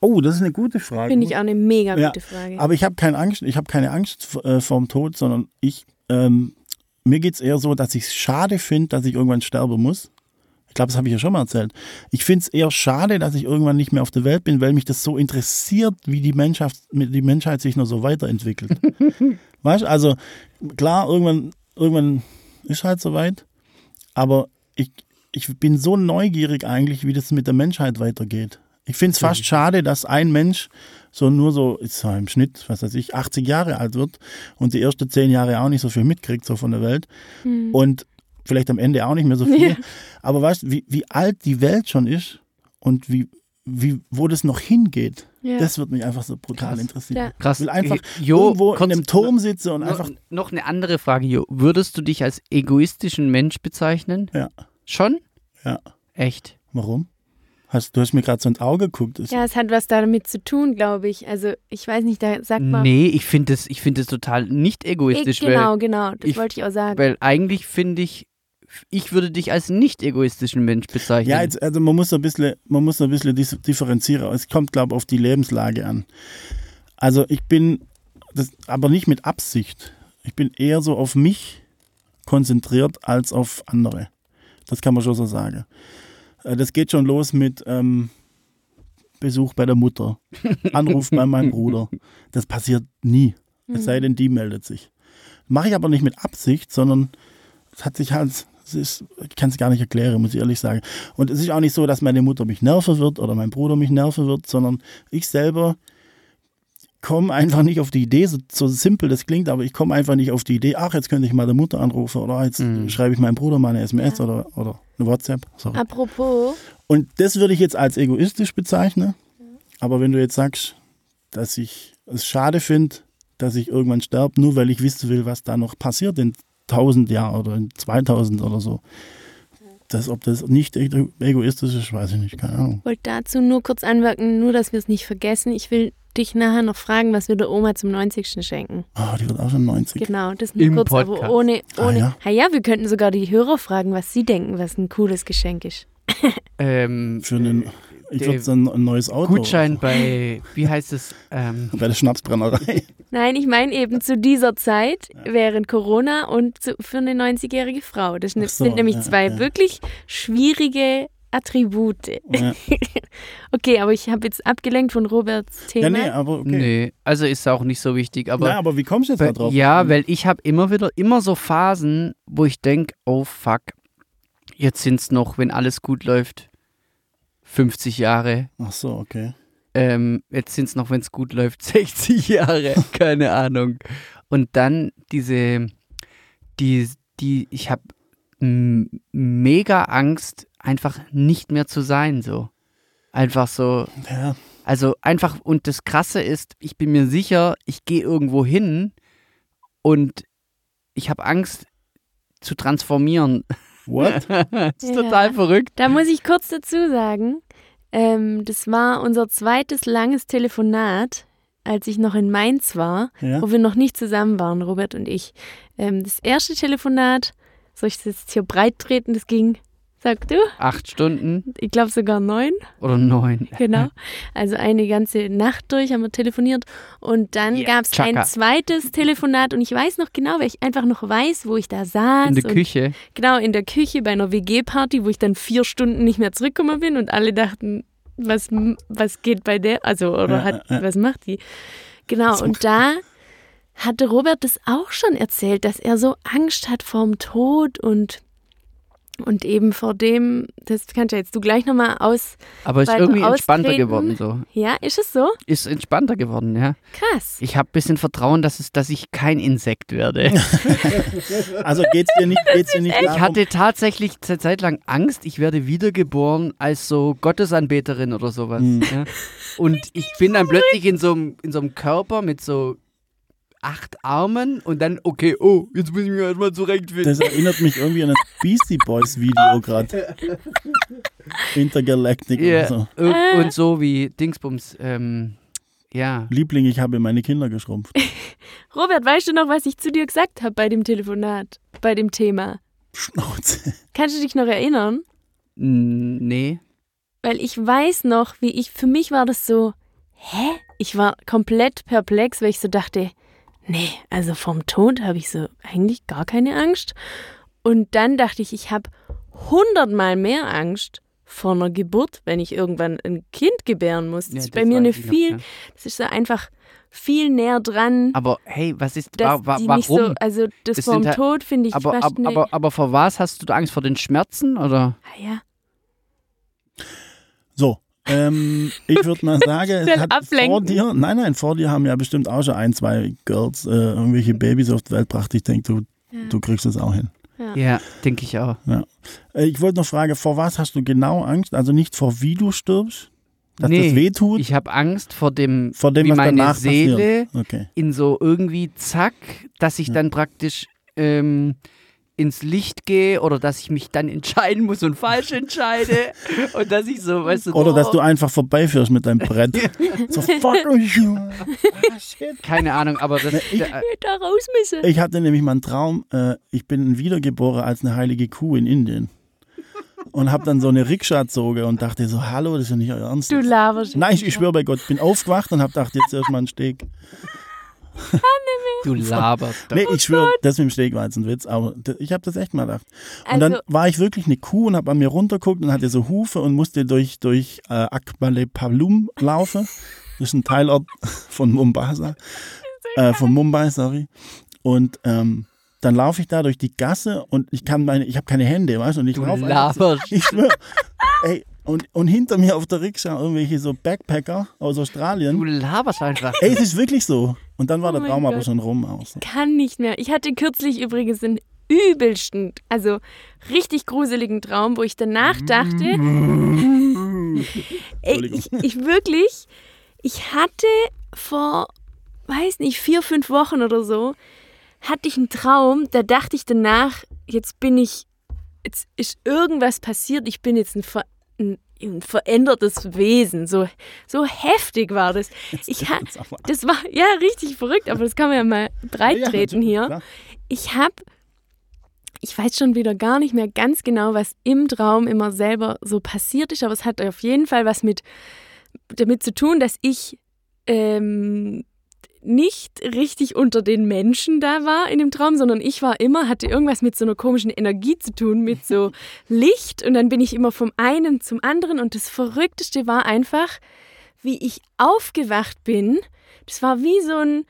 C: Oh, das ist eine gute Frage.
A: Finde ich auch eine mega
C: Ja,
A: gute Frage.
C: Aber ich habe keine Angst, ich habe keine Angst äh, vorm Tod, sondern ich, ähm, mir geht's eher so, dass ich es schade finde, dass ich irgendwann sterben muss. Ich glaube, das habe ich ja schon mal erzählt. Ich finde es eher schade, dass ich irgendwann nicht mehr auf der Welt bin, weil mich das so interessiert, wie die Menschheit, die Menschheit sich noch so weiterentwickelt. weißt du, also klar, irgendwann, irgendwann ist halt soweit, aber ich, ich bin so neugierig eigentlich, wie das mit der Menschheit weitergeht. Ich finde es fast schade, dass ein Mensch so nur so, ist so im Schnitt, was weiß ich, 80 Jahre alt wird und die ersten 10 Jahre auch nicht so viel mitkriegt, so von der Welt. Und vielleicht am Ende auch nicht mehr so
A: Hm.
C: viel.
A: Ja.
C: Aber weißt du, wie, wie alt die Welt schon ist und wie, wie, wo das noch hingeht,
A: Ja.
C: das wird mich einfach so brutal interessieren.
A: Ja.
B: Krass.
C: Ich will einfach
B: Jo,
C: irgendwo in
B: kurz-
C: einem Turm sitzen und einfach.
B: Noch, noch eine andere Frage, Jo. Würdest du dich als egoistischen Mensch bezeichnen?
C: Ja,
B: Schon?
C: ja.
B: Echt?
C: Warum? Hast, du hast mir gerade so ins Auge geguckt. Ist,
A: Ja, es hat was damit zu tun, glaube ich. Also ich weiß nicht, da sagt man.
B: Nee, ich finde das, ich find das total nicht
A: ich,
B: egoistisch.
A: genau, genau, das
B: ich-
A: wollte ich auch sagen.
B: weil, weil eigentlich finde ich, ich würde dich als nicht egoistischen Mensch bezeichnen.
C: Ja, jetzt, also man muss so ein bisschen, man muss so ein bisschen dis- differenzieren. Es kommt, glaube ich, auf die Lebenslage an. Also ich bin, das, aber nicht mit Absicht. Ich bin eher so auf mich konzentriert als auf andere. Das kann man schon so sagen. Äh, Das geht schon los mit ähm, Besuch bei der Mutter, Anruf bei meinem Bruder. Das passiert nie, es sei denn, die meldet sich. Mache ich aber nicht mit Absicht, sondern es hat sich halt, es ist, ich kann es gar nicht erklären, muss ich ehrlich sagen. Und es ist auch nicht so, dass meine Mutter mich nerven wird oder mein Bruder mich nerven wird, sondern ich selber komme einfach nicht auf die Idee, so, so simpel das klingt, aber ich komme einfach nicht auf die Idee, ach, jetzt könnte ich mal der Mutter anrufen oder ah, jetzt
B: Mhm.
C: schreibe ich meinem Bruder mal eine SMS oder, oder eine WhatsApp. Sorry.
A: Apropos,
C: Und das würde ich jetzt als egoistisch bezeichnen. Aber wenn du jetzt sagst, dass ich es schade finde, dass ich irgendwann sterbe, nur weil ich wissen will, was da noch passiert in 1000 Jahren oder in 2000 oder so. Das, ob das nicht ego- egoistisch ist, weiß ich nicht, keine Ahnung.
A: wollte dazu nur kurz anmerken, nur dass wir es nicht vergessen. Ich will dich nachher noch fragen, was wir der Oma zum 90. schenken.
C: Ah, die wird auch schon 90.
A: Genau, das nur
B: Im
A: kurz,
B: Podcast.
A: aber ohne,
C: Ah,
A: ohne.
C: ja.
A: Ah, ja, wir könnten sogar die Hörer fragen, was sie denken, was ein cooles Geschenk ist.
B: Ähm,
C: Für einen, ich
B: Der
C: würde dann ein neues Auto.
B: Gutschein bei, wie heißt es? Ähm,
C: Bei der Schnapsbrennerei.
A: Nein, ich meine eben zu dieser Zeit während Corona und zu, für eine 90-jährige Frau. Das sind,
C: Ach so,
A: sind nämlich
C: ja,
A: zwei
C: ja.
A: wirklich schwierige Attribute.
C: Ja,
A: Okay, aber ich habe jetzt abgelenkt von Roberts Thema.
C: ja nee, aber okay.
B: Nee, also ist auch nicht so wichtig, aber.
C: Na, aber wie kommst du jetzt da
B: Weil-
C: drauf?
B: Ja, weil ich habe immer wieder, immer so Phasen, wo ich denke, oh fuck, jetzt sind es noch, wenn alles gut läuft, 50 Jahre.
C: Ach so, okay.
B: Ähm, jetzt sind es noch, wenn es gut läuft, 60 Jahre. Keine Ahnung. Und dann diese, die, die, ich habe mega Angst, einfach nicht mehr zu sein, so. Einfach so,
C: Ja,
B: also einfach, und das Krasse ist, ich bin mir sicher, ich gehe irgendwo hin und ich habe Angst zu transformieren.
C: what?
B: das ist
A: Ja.
B: total verrückt.
A: Da muss ich kurz dazu sagen, ähm, das war unser zweites langes Telefonat, als ich noch in Mainz war,
C: Ja.
A: wo wir noch nicht zusammen waren, Robert und ich. Ähm, das erste Telefonat, soll ich das jetzt hier breit treten, das ging, sag du,
B: Acht Stunden
A: ich glaube sogar neun,
B: oder neun.
A: genau. Also eine ganze Nacht durch haben wir telefoniert und dann
B: Yeah,
A: gab es ein
B: Chaka.
A: zweites Telefonat und ich weiß noch genau, weil ich einfach noch weiß, wo ich da saß.
B: In der
A: und
B: Küche.
A: Genau, in der Küche bei einer WG-Party, wo ich dann vier Stunden nicht mehr zurückgekommen bin und alle dachten, was, m- was geht bei der, also, oder
C: Ja,
A: hat,
C: ja, ja.
A: was macht die? Genau,
C: So.
A: und da hatte Robert das auch schon erzählt, dass er so Angst hat vorm Tod und, und eben vor dem, das kannst ja jetzt du gleich nochmal aus.
B: Aber ist
A: Weil
B: irgendwie
A: du
B: entspannter
A: austreten-
B: geworden so.
A: Ja, ist es so?
B: Ist entspannter geworden, ja.
A: Krass.
B: Ich habe ein bisschen Vertrauen, dass, es, dass ich kein Insekt werde.
C: Also geht's dir nicht, geht's dir nicht
B: Ich
C: darum,
B: hatte tatsächlich zur Zeit lang Angst, ich werde wiedergeboren als so Gottesanbeterin oder sowas. Ja. Und ich bin dann plötzlich in so, einem, in so einem Körper mit so acht Armen und dann, okay, oh, jetzt muss ich mich erstmal zurechtfinden.
C: Das erinnert mich irgendwie an ein Beastie Boys Video gerade. Intergalactic
B: Ja,
C: und so.
B: ir-
A: Ah.
B: Und so wie Dingsbums, ähm, ja.
C: Liebling, ich habe meine Kinder geschrumpft.
A: Robert, weißt du noch, was ich zu dir gesagt habe bei dem Telefonat, bei dem Thema?
C: Schnauze.
A: Kannst du dich noch erinnern?
B: N- Nee.
A: weil ich weiß noch, wie ich, für mich war das so, hä? Ich war komplett perplex, weil ich so dachte, nee, also vom Tod habe ich so eigentlich gar keine Angst. Und dann dachte ich, ich habe hundertmal mehr Angst vor einer Geburt, wenn ich irgendwann ein Kind gebären muss. Das
B: Ja,
A: ist
B: das
A: bei mir
B: weiß
A: eine
B: ich noch,
A: viel,
B: ja.
A: das ist so einfach viel näher dran,
B: Aber hey, was ist,
A: dass
B: wa wa
A: die
B: warum?
A: mich so, also das,
B: Das
A: vom
B: sind halt-
A: Tod finde ich
B: aber,
A: fast
B: ab,
A: eine,
B: aber, aber vor was hast du da Angst? Vor den Schmerzen oder?
A: ah, ja.
C: So. Ähm, ich würde mal sagen, es
A: Schnell
C: hat vor
A: ablenken.
C: dir, nein, nein, vor dir haben ja bestimmt auch schon ein, zwei Girls äh, irgendwelche Babys auf die Welt gebracht. Ich denke, du,
A: Ja.
C: du kriegst das auch hin.
A: Ja.
B: Ja, denke ich auch.
C: Äh, ich wollte noch fragen, vor was hast du genau Angst? Also nicht vor wie du stirbst, dass das
B: Nee,
C: wehtut,
B: Ich habe Angst vor dem,
C: vor dem,
B: wie
C: was
B: meine
C: danach
B: Seele
C: passiert. Okay.
B: in so irgendwie zack, dass ich dann praktisch ähm, ins Licht gehe oder dass ich mich dann entscheiden muss und falsch entscheide und dass ich so, weißt du,
C: Oder
B: oh,
C: dass du einfach vorbeifährst mit deinem Brett. so, fuck you. Ah, shit.
B: keine Ahnung, aber das,
C: ich-
B: da,
A: Da raus müssen.
C: Ich hatte nämlich mal einen Traum, äh, ich bin wiedergeboren als eine heilige Kuh in Indien. Und habe dann so eine Rikscha zoge und dachte so, hallo, das ist ja nicht euer Ernst.
A: Du laberst.
C: Nein, ich, ich schwöre bei Gott, ich bin aufgewacht und habe gedacht, jetzt erstmal einen Steg.
B: du laberst. doch.
C: Nee, ich schwöre, das mit dem Steg war jetzt ein Witz, aber d- ich habe das echt mal gedacht. Und
A: Also-
C: dann war ich wirklich eine Kuh und habe an mir runterguckt und hatte so Hufe und musste durch, durch äh, Akbale Palum laufen. Das ist ein Teilort von Mombasa. Äh, von Mumbai, sorry. Und ähm, dann laufe ich da durch die Gasse und ich kann meine, ich habe keine Hände, weißt du? Und ich
B: Du
C: laufe einfach-
B: laberst.
C: Ich schwöre. Ey, und, und hinter mir auf der Rikscha irgendwelche so Backpacker aus
B: Du
C: Australien.
B: laberst einfach.
C: Ey, es ist wirklich so. Und dann war
A: Oh
C: der
A: mein
C: Traum aber
A: Gott.
C: schon rum aus.
A: Kann nicht mehr. Ich hatte kürzlich übrigens den übelsten, also richtig gruseligen Traum, wo ich danach dachte, ey,
C: Entschuldigung.
A: ich, ich wirklich, ich hatte vor, weiß nicht, vier, fünf Wochen oder so, hatte ich einen Traum, da dachte ich danach, jetzt bin ich, jetzt ist irgendwas passiert, ich bin jetzt ein, ver, ein, ein verändertes Wesen. So, so heftig war das. Ich ha,
C: Jetzt aber-
A: das war ja richtig verrückt, aber das kann man ja mal breit treten
C: Ja,
A: hier.
C: klar.
A: Ich habe, ich weiß schon wieder gar nicht mehr ganz genau, was im Traum immer selber so passiert ist, aber es hat auf jeden Fall was mit damit zu tun, dass ich ähm, nicht richtig unter den Menschen da war in dem Traum, sondern ich war immer, hatte irgendwas mit so einer komischen Energie zu tun, mit so Licht und dann bin ich immer vom einen zum anderen und das Verrückteste war einfach, wie ich aufgewacht bin. Das war wie so ein,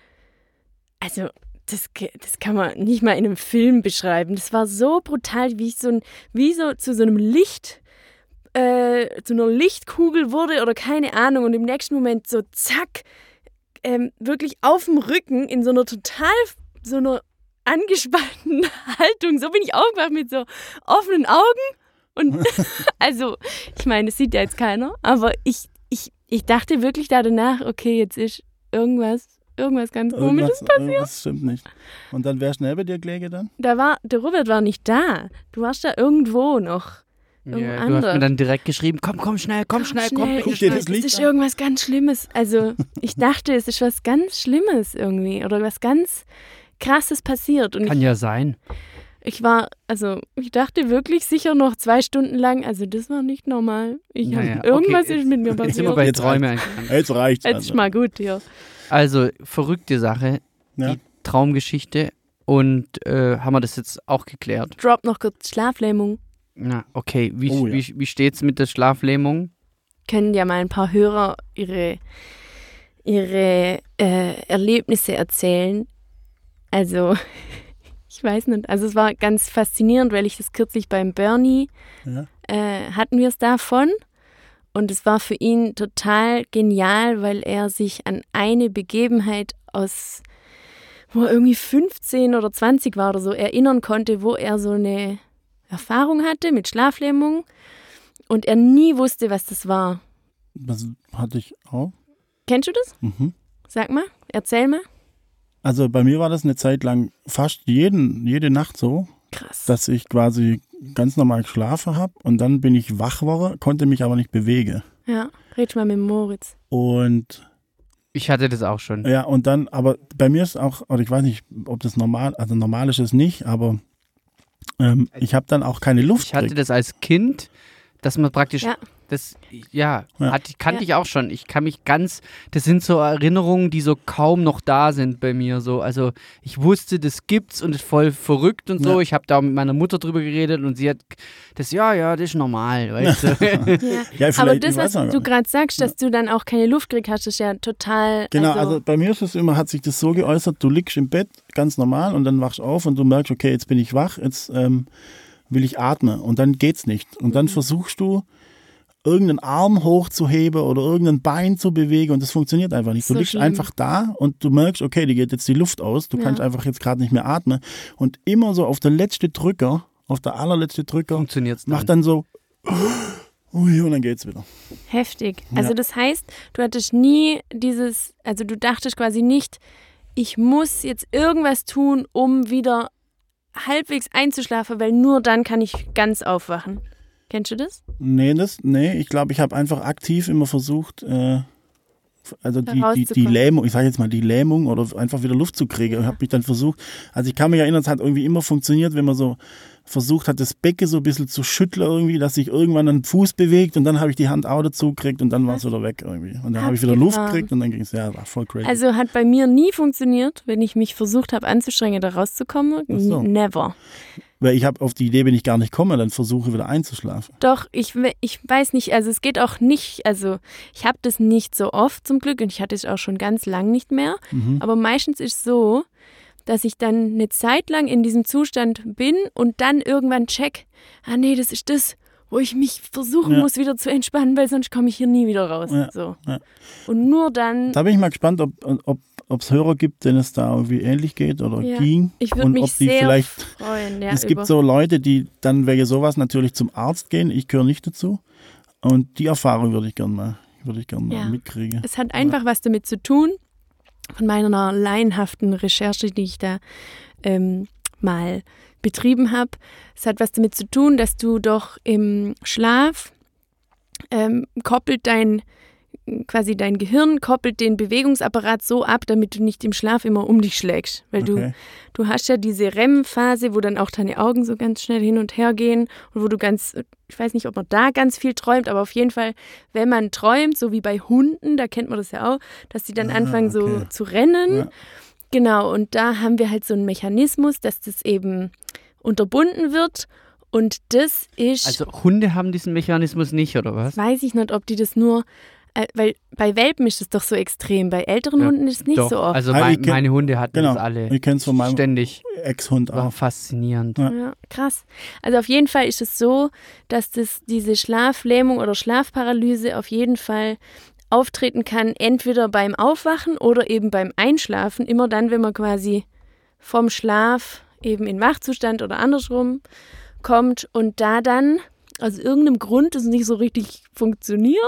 A: also das, ge- das kann man nicht mal in einem Film beschreiben. Das war so brutal, wie ich so ein, wie so zu so einem Licht, äh, zu einer Lichtkugel wurde oder keine Ahnung und im nächsten Moment so zack, ähm, wirklich auf dem Rücken in so einer total, so einer angespannten Haltung. So bin ich aufgewacht mit so offenen Augen und also ich meine, es sieht ja jetzt keiner, aber ich, ich, ich dachte wirklich da danach, okay, jetzt ist irgendwas, irgendwas ganz komisches.
C: Irgendwas, irgendwas stimmt nicht. Und dann wer schnell bei dir Kläge dann?
A: Da war, der Robert war nicht da. Du warst da irgendwo noch. Irgendwo
B: Ja, du hast
A: anders.
B: mir dann direkt geschrieben, komm, komm, schnell, Um komm, schnell, komm.
C: guck
A: ich-
C: dir das Licht
A: Es ist
C: an.
A: irgendwas ganz Schlimmes. Also, ich dachte, es ist was ganz Schlimmes irgendwie oder was ganz Krasses passiert. Und
B: Kann ja sein.
A: ich, ich war, also, ich dachte wirklich sicher noch zwei Stunden lang, also, das war nicht normal. Ich
B: Naja,
A: hab, irgendwas
B: okay,
A: ist mit mir
B: Sind wir
A: passiert.
B: bei
C: Jetzt
B: Träume angekommen.
C: Jetzt reicht's.
A: Jetzt ist
C: Also.
A: mal gut hier.
B: Also, verrückte Sache,
C: Ja.
B: die Traumgeschichte. Und äh, haben wir das jetzt auch geklärt?
A: Drop noch kurz Schlaflähmung.
B: Na, okay. Wie,
C: Oh, ja.
B: wie, wie steht's mit der Schlaflähmung?
A: Können ja mal ein paar Hörer ihre, ihre äh, Erlebnisse erzählen. Also, ich weiß nicht. Also, es war ganz faszinierend, weil ich das kürzlich beim Bernie
C: Ja.
A: äh, hatten wir es davon. Und es war für ihn total genial, weil er sich an eine Begebenheit aus, wo er irgendwie 15 oder 20 war oder so, erinnern konnte, wo er so eine Erfahrung hatte mit Schlaflähmung und er nie wusste, was das war.
C: Das hatte ich auch.
A: Kennst du das?
C: Mhm.
A: Sag mal, erzähl mal.
C: Also bei mir war das eine Zeit lang fast jeden, jede Nacht so,
A: Krass.
C: dass ich quasi ganz normal geschlafen habe und dann bin ich wach geworden, konnte mich aber nicht bewegen.
A: Ja, red mal mit Moritz.
C: Und
B: Ich hatte das auch schon.
C: ja, und dann, aber bei mir ist auch, oder ich weiß nicht, ob das normal, also normal ist es nicht, aber ähm, ich habe dann auch keine Luft.
B: Ich hatte
C: gekriegt.
B: das als Kind, dass man praktisch
A: Ja.
B: das ja,
C: Ja.
B: Hatte,
A: Ja.
B: kannte ich auch schon. Ich kann mich ganz das sind so Erinnerungen, die so kaum noch da sind bei mir so. Also, ich wusste, das gibt's und ist voll verrückt und so.
C: Ja.
B: Ich habe da mit meiner Mutter drüber geredet und sie hat das ja, ja, das ist normal, weißt du.
A: Ja.
C: Ja, vielleicht,
A: Aber das,
C: ich
A: was
C: weiß noch gar
A: du
C: nicht.
A: gerade sagst, dass du dann auch keine Luft gekriegt hast, ist ja total.
C: Genau, also bei mir ist es immer, hat sich das so geäußert, du liegst im Bett ganz normal und dann wachst du auf und du merkst, okay, jetzt bin ich wach, jetzt ähm, will ich atmen und dann geht's nicht. Und
A: Mhm.
C: dann versuchst du, irgendeinen Arm hochzuheben oder irgendein Bein zu bewegen und das funktioniert einfach nicht. Du
A: So
C: liegst
A: schlimm.
C: einfach da und du merkst, okay, dir geht jetzt die Luft aus, du
A: Ja.
C: kannst einfach jetzt gerade nicht mehr atmen. Und immer so auf der letzte Drücker, auf der allerletzte Drücker,
B: Funktioniert's dann.
C: macht dann so, ui, und dann geht's wieder.
A: Heftig. Also das heißt, du hattest nie dieses, also du dachtest quasi nicht, ich muss jetzt irgendwas tun, um wieder halbwegs einzuschlafen, weil nur dann kann ich ganz aufwachen. Kennst du das?
C: Nee, das, nee, ich glaube, ich habe einfach aktiv immer versucht, äh, also die, die, die
A: Herauszukommen.
C: Lähmung, ich sage jetzt mal die Lähmung oder einfach wieder Luft zu kriegen. Ich habe mich dann versucht, also ich kann mich erinnern, es hat irgendwie immer funktioniert, wenn man so versucht hat, das Becken so ein bisschen zu schütteln irgendwie, dass sich irgendwann ein Fuß bewegt und dann habe ich die Hand auch dazu gekriegt und dann war es wieder weg irgendwie. Und dann habe ich wieder Luft
A: Abgefahren.
C: gekriegt und dann ging es, ja, war voll crazy.
A: Also hat bei mir nie funktioniert, wenn ich mich versucht habe anzustrengen, da rauszukommen.
C: Ach so.
A: Never.
C: Weil ich habe auf die Idee, bin ich gar nicht komme, dann versuche wieder einzuschlafen.
A: Doch, ich, we- ich weiß nicht, also es geht auch nicht, also ich habe das
C: Mhm.
A: nicht so oft zum Glück und ich hatte es auch schon ganz lang nicht mehr, aber meistens ist so, dass ich dann eine Zeit lang in diesem Zustand bin und dann irgendwann check, ah nee, das ist das, wo ich mich versuchen
C: Ja.
A: muss, wieder zu entspannen, weil sonst komme ich hier nie wieder raus.
C: Ja,
A: So.
C: ja.
A: Und nur dann,
C: Da bin ich mal gespannt, ob ob ob es Hörer gibt, denen es da irgendwie ähnlich geht oder
A: Ja.
C: ging.
A: ich würde
C: und
A: mich
C: ob die
A: sehr
C: vielleicht
A: freuen. Ja,
C: es
A: über-
C: gibt so Leute, die dann wegen sowas natürlich zum Arzt gehen. Ich gehöre nicht dazu. Und die Erfahrung würde ich gerne mal, würde ich gerne mal
A: Ja.
C: mitkriegen.
A: Es hat einfach was damit zu tun, von meiner laienhaften Recherche, die ich da ähm, mal betrieben habe. Es hat was damit zu tun, dass du doch im Schlaf ähm, koppelt dein quasi dein Gehirn koppelt den Bewegungsapparat so ab, damit du nicht im Schlaf immer um dich schlägst, weil du
C: Okay.
A: Du hast ja diese REM-Phase, wo dann auch deine Augen so ganz schnell hin und her gehen und wo du ganz, ich weiß nicht, ob man da ganz viel träumt, aber auf jeden Fall, wenn man träumt, so wie bei Hunden, da kennt man das ja auch, dass die dann
C: Ah,
A: anfangen so
C: okay.
A: zu rennen.
C: Ja.
A: Genau, und da haben wir halt so einen Mechanismus, dass das eben unterbunden wird und das ist,
B: Also Hunde haben diesen Mechanismus nicht, oder was?
A: weiß ich nicht, ob die das nur, äh, weil bei Welpen ist das doch so extrem, bei älteren
B: Ja,
A: Hunden ist es nicht
B: Doch,
A: so oft.
B: also
C: Ah,
B: mein,
C: ich kenn-
B: meine Hunde hatten
C: Genau.
B: das alle.
C: Ich kenne es von meinem
B: Ständig.
C: Ex-Hund
B: War
C: auch.
B: faszinierend.
C: Ja.
A: Ja, krass. Also auf jeden Fall ist es so, dass das, diese Schlaflähmung oder Schlafparalyse auf jeden Fall auftreten kann, entweder beim Aufwachen oder eben beim Einschlafen, immer dann, wenn man quasi vom Schlaf eben in Wachzustand oder andersrum kommt und da dann aus irgendeinem Grund es nicht so richtig funktioniert.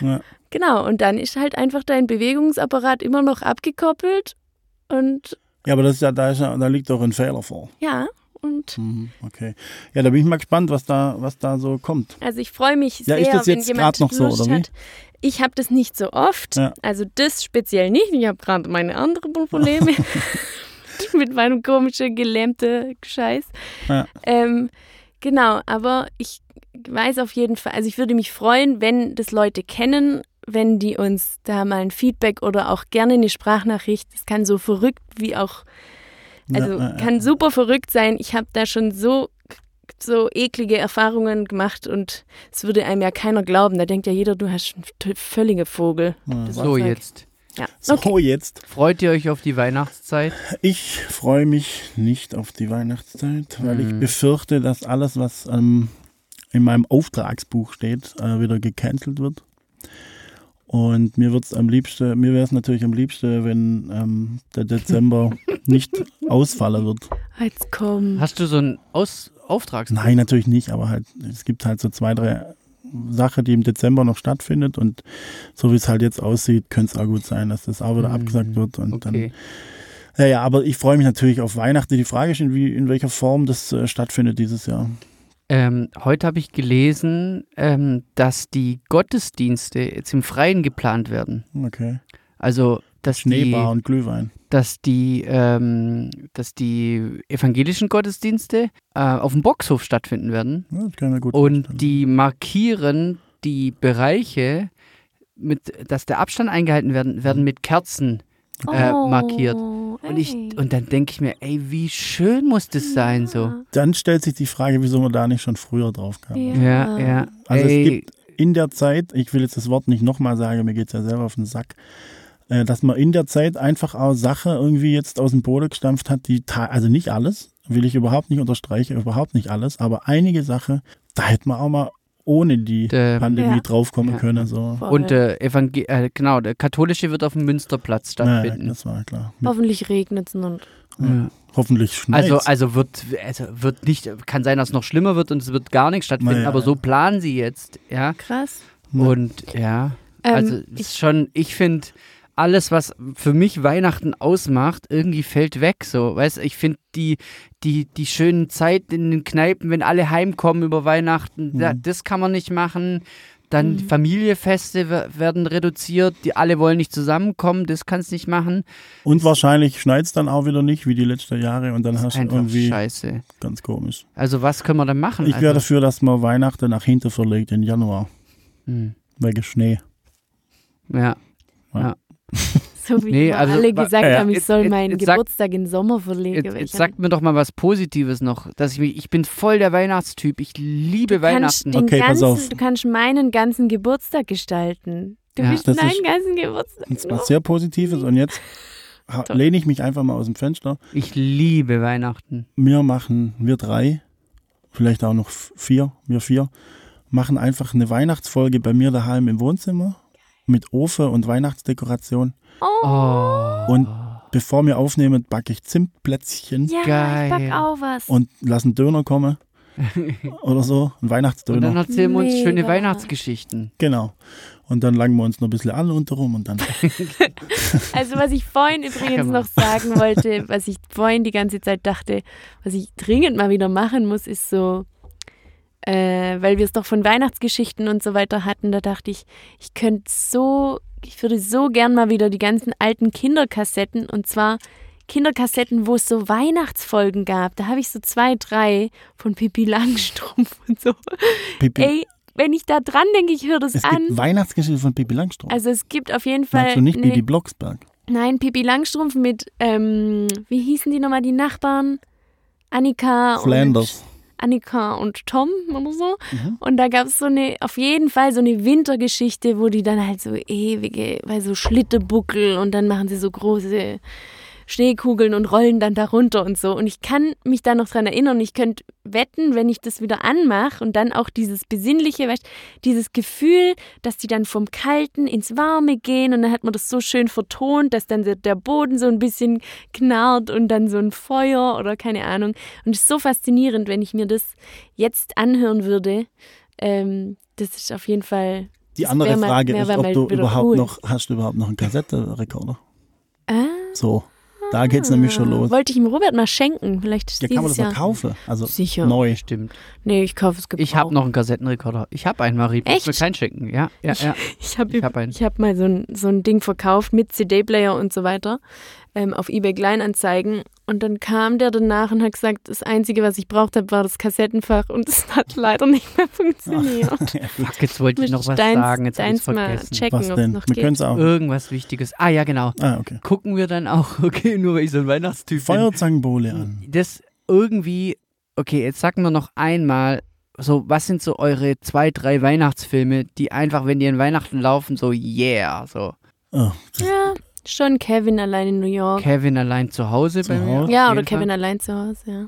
C: Ja.
A: Genau, und dann ist halt einfach dein Bewegungsapparat immer noch abgekoppelt und
C: Ja, aber das ist ja, da, ist ja, da liegt doch ein Fehler vor.
A: ja, und
C: Mhm, okay. Ja, da bin ich mal gespannt, was da, was da so kommt.
A: Also ich freue mich
C: Ja,
A: sehr,
C: ist das
A: wenn
C: jetzt
A: jemand
C: grad noch so,
A: Lust
C: oder wie?
A: hat. Ich habe das nicht so oft,
C: Ja.
A: also das speziell nicht. Ich habe gerade meine anderen Probleme mit meinem komischen gelähmten Scheiß.
C: Ja.
A: Ähm, genau, aber ich weiß auf jeden Fall, also ich würde mich freuen, wenn das Leute kennen, wenn die uns da mal ein Feedback oder auch gerne eine Sprachnachricht, das kann so verrückt wie auch also
C: ja, ja,
A: kann super verrückt sein. Ich habe da schon so so eklige Erfahrungen gemacht und es würde einem ja keiner glauben. Da denkt ja jeder, du hast einen t- völligen Vogel.
C: Ja.
A: Das
B: So
A: Wasser.
B: jetzt.
A: Ja.
C: So,
A: okay.
C: jetzt.
B: Freut ihr euch auf die Weihnachtszeit?
C: Ich freue mich nicht auf die Weihnachtszeit, weil ich
B: Mhm.
C: befürchte, dass alles, was ähm, in meinem Auftragsbuch steht, äh, wieder gecancelt wird. Und mir wird's am liebsten, mir wäre es natürlich am liebsten, wenn ähm, der Dezember nicht ausfallen wird.
A: Jetzt komm.
B: Hast du so einen Aus Auftrags?
C: Nein, natürlich nicht, aber halt, es gibt halt so zwei, drei Sachen, die im Dezember noch stattfindet und so wie es halt jetzt aussieht, könnte es auch gut sein, dass das auch wieder
B: Mhm.
C: abgesagt wird und
B: Okay.
C: dann. Ja, ja, aber ich freue mich natürlich auf Weihnachten. Die Frage ist, in, wie, in welcher Form das äh, stattfindet dieses Jahr.
B: Ähm, heute habe ich gelesen, ähm, dass die Gottesdienste jetzt im Freien geplant werden.
C: Okay.
B: Also dass
C: Schneebar und Glühwein.
B: die, dass die, ähm, dass die evangelischen Gottesdienste äh, auf dem Boxhof stattfinden werden.
C: Ja, das kann ich mir gut
B: Und
C: vorstellen.
B: die markieren die Bereiche, mit, dass der Abstand eingehalten werden,
C: Mhm.
B: werden mit Kerzen äh,
A: Oh,
B: markiert. Und, ich, und dann denke ich mir, ey, wie schön muss das sein so.
C: Dann stellt sich die Frage, wieso man da nicht schon früher drauf kam.
B: Ja, ja.
C: Also
B: ey,
C: es gibt in der Zeit, ich will jetzt das Wort nicht nochmal sagen, mir geht es ja selber auf den Sack, äh, dass man in der Zeit einfach auch Sache irgendwie jetzt aus dem Boden gestampft hat, die, ta- also nicht alles, will ich überhaupt nicht unterstreichen, überhaupt nicht alles, aber einige Sache, da hätte man auch mal ohne die
B: Ähm,
C: Pandemie
A: Ja.
C: draufkommen
B: Ja.
C: können. So.
A: Voll.
B: Und der Evangel äh, genau, der katholische wird auf dem Münsterplatz
C: Naja,
B: stattfinden.
C: das war klar. Mit,
A: Hoffentlich regnet es und
B: Ja.
C: Hoffentlich schneit
B: Also, also wird, also wird nicht, kann sein, dass es noch schlimmer wird und es wird gar nichts stattfinden,
C: Naja.
B: aber so planen sie jetzt, ja.
A: krass.
C: Ja.
B: Und ja,
A: Ähm,
B: also es ist schon, ich finde, alles, was für mich Weihnachten ausmacht, irgendwie fällt weg. So, weißt ich finde die, die, die schönen Zeiten in den Kneipen, wenn alle heimkommen über Weihnachten,
A: Mhm.
B: da, das kann man nicht machen. Dann Familiefeste wer- werden reduziert, die alle wollen nicht zusammenkommen, das kannst nicht machen.
C: und wahrscheinlich schneit es dann auch wieder nicht, wie die letzten Jahre, und dann hast du
B: Einfach
C: irgendwie
B: scheiße.
C: ganz komisch.
B: Also was können wir dann machen?
C: Ich
B: also,
C: wäre dafür, dass man Weihnachten nach hinten verlegt in Januar,
B: Hm,
C: wegen Schnee.
B: ja.
A: So wie
B: Nee,
A: immer
B: also,
A: alle
B: wa-
A: gesagt
C: ja,
A: haben, ich
B: jetzt-
A: soll
B: jetzt-
A: meinen
B: jetzt sag-
A: Geburtstag in Sommer verlegen.
B: Jetzt,
A: weil ich
B: jetzt
A: hab-
B: sagt mir doch mal was Positives noch, dass ich mich, ich bin voll der Weihnachtstyp, ich liebe Weihnachten.
A: Kannst den
C: Okay, pass
A: ganzen,
C: auf.
A: Du kannst meinen ganzen Geburtstag gestalten. Du
B: Ja.
A: willst
C: Das
A: meinen
C: ist-
A: ganzen Geburtstag. Oh.
C: Das ist
A: nur.
C: was sehr Positives. Und jetzt ha-
A: Toll.
C: lehne ich mich einfach mal aus dem Fenster.
B: Ich liebe Weihnachten.
C: Wir machen, wir drei, vielleicht auch noch f- vier, wir vier, machen einfach eine Weihnachtsfolge bei mir daheim im Wohnzimmer mit Ofe und Weihnachtsdekoration.
B: Oh.
C: Und bevor wir aufnehmen, backe ich Zimtplätzchen
A: Ja,
B: Geil.
A: ich back auch was.
C: Oh, und lasse einen Döner kommen oder so, einen
B: Und dann
C: Weihnachtsdöner.
B: erzählen wir uns schöne
A: Mega.
B: Weihnachtsgeschichten.
C: Genau. Und dann langen wir uns noch ein bisschen an rundherum und dann
A: Also was ich vorhin übrigens
B: mal.
A: noch sagen wollte, was ich vorhin die ganze Zeit dachte, was ich dringend mal wieder machen muss, ist so, äh, weil wir es doch von Weihnachtsgeschichten und so weiter hatten, da dachte ich, ich könnte so, ich würde so gern mal wieder die ganzen alten Kinderkassetten und zwar Kinderkassetten, wo es so Weihnachtsfolgen gab. Da habe ich so zwei, drei von Pippi Langstrumpf und so.
C: Pipi.
A: Ey, wenn ich da dran denke, ich höre das
C: es
A: an.
C: gibt Weihnachtsgeschichte von Pippi Langstrumpf.
A: Also es gibt auf jeden Fall.
C: Meinst du nicht
A: eine-
C: Bibi Blocksberg?
A: Nein, Pippi Langstrumpf mit, ähm, wie hießen die nochmal, die Nachbarn? Annika
C: Flanders. Mhm.
A: und Annika und Tom oder so. Und da gab es so eine, auf jeden Fall so eine Wintergeschichte, wo die dann halt so ewige, weil so Schlittebuckel und dann machen sie so große Schneekugeln und rollen dann darunter und so. Und ich kann mich da noch dran erinnern. Ich könnte wetten, wenn ich das wieder anmache und dann auch dieses besinnliche, weißt, dieses Gefühl, dass die dann vom Kalten ins Warme gehen und dann hat man das so schön vertont, dass dann der- der Boden so ein bisschen knarrt und dann so ein Feuer oder keine Ahnung. Und es ist so faszinierend, wenn ich mir das jetzt anhören würde. Ähm, das ist auf jeden Fall.
C: Die
A: das
C: andere
A: wär mal-
C: Frage
A: wär
C: ist,
A: mal
C: ob du
A: wieder
C: überhaupt
A: cool.
C: noch, hast du überhaupt noch einen Kassettenrekorder?
A: Ah,
C: So, da geht's nämlich schon los.
A: wollte ich ihm Robert mal schenken. Vielleicht ist
C: Ja, kann man
A: dieses
C: das noch
A: Jahr.
C: kaufen? Also
A: Sicher.
C: neu.
B: Stimmt.
A: Nee, ich kaufe es gebraucht.
B: Ich habe noch einen Kassettenrekorder. Ich habe einen, Marie. Kannst du mir
A: Echt?
B: keinen schicken? Ja, ja, ja.
A: Ich habe
B: Ich hab einen.
A: ich hab mal so ein, so ein Ding verkauft mit CD-Player und so weiter ähm, auf eBay Kleinanzeigen. Und dann kam der danach und hat gesagt, das Einzige, was ich braucht habe, war das Kassettenfach. Und es hat leider nicht mehr funktioniert.
B: Fuck, jetzt wollte ich
A: Mit
B: noch was
A: Steins-
B: sagen. Jetzt habe ich
A: Steins mal
B: vergessen.
A: checken,
C: Was
A: ob's
C: denn?
A: noch
C: Wir
A: geht.
C: können's auch.
B: Irgendwas Wichtiges. Ah, ja, genau.
C: Ah, okay.
B: Gucken wir dann auch, okay, nur weil ich so ein Weihnachtstyp bin.
C: Feuerzangenbowle an.
B: das irgendwie, okay, jetzt sagen wir noch einmal, so, was sind so eure zwei, drei Weihnachtsfilme, die einfach, wenn die an Weihnachten laufen, so, yeah, so.
C: Oh,
A: Ja, schon Kevin allein in New York.
B: Kevin allein zu Hause
C: Zu
B: bei mir.
C: Hause.
B: auf
A: ja,
B: jeden
A: oder Kevin
B: Fall.
A: allein zu Hause, ja.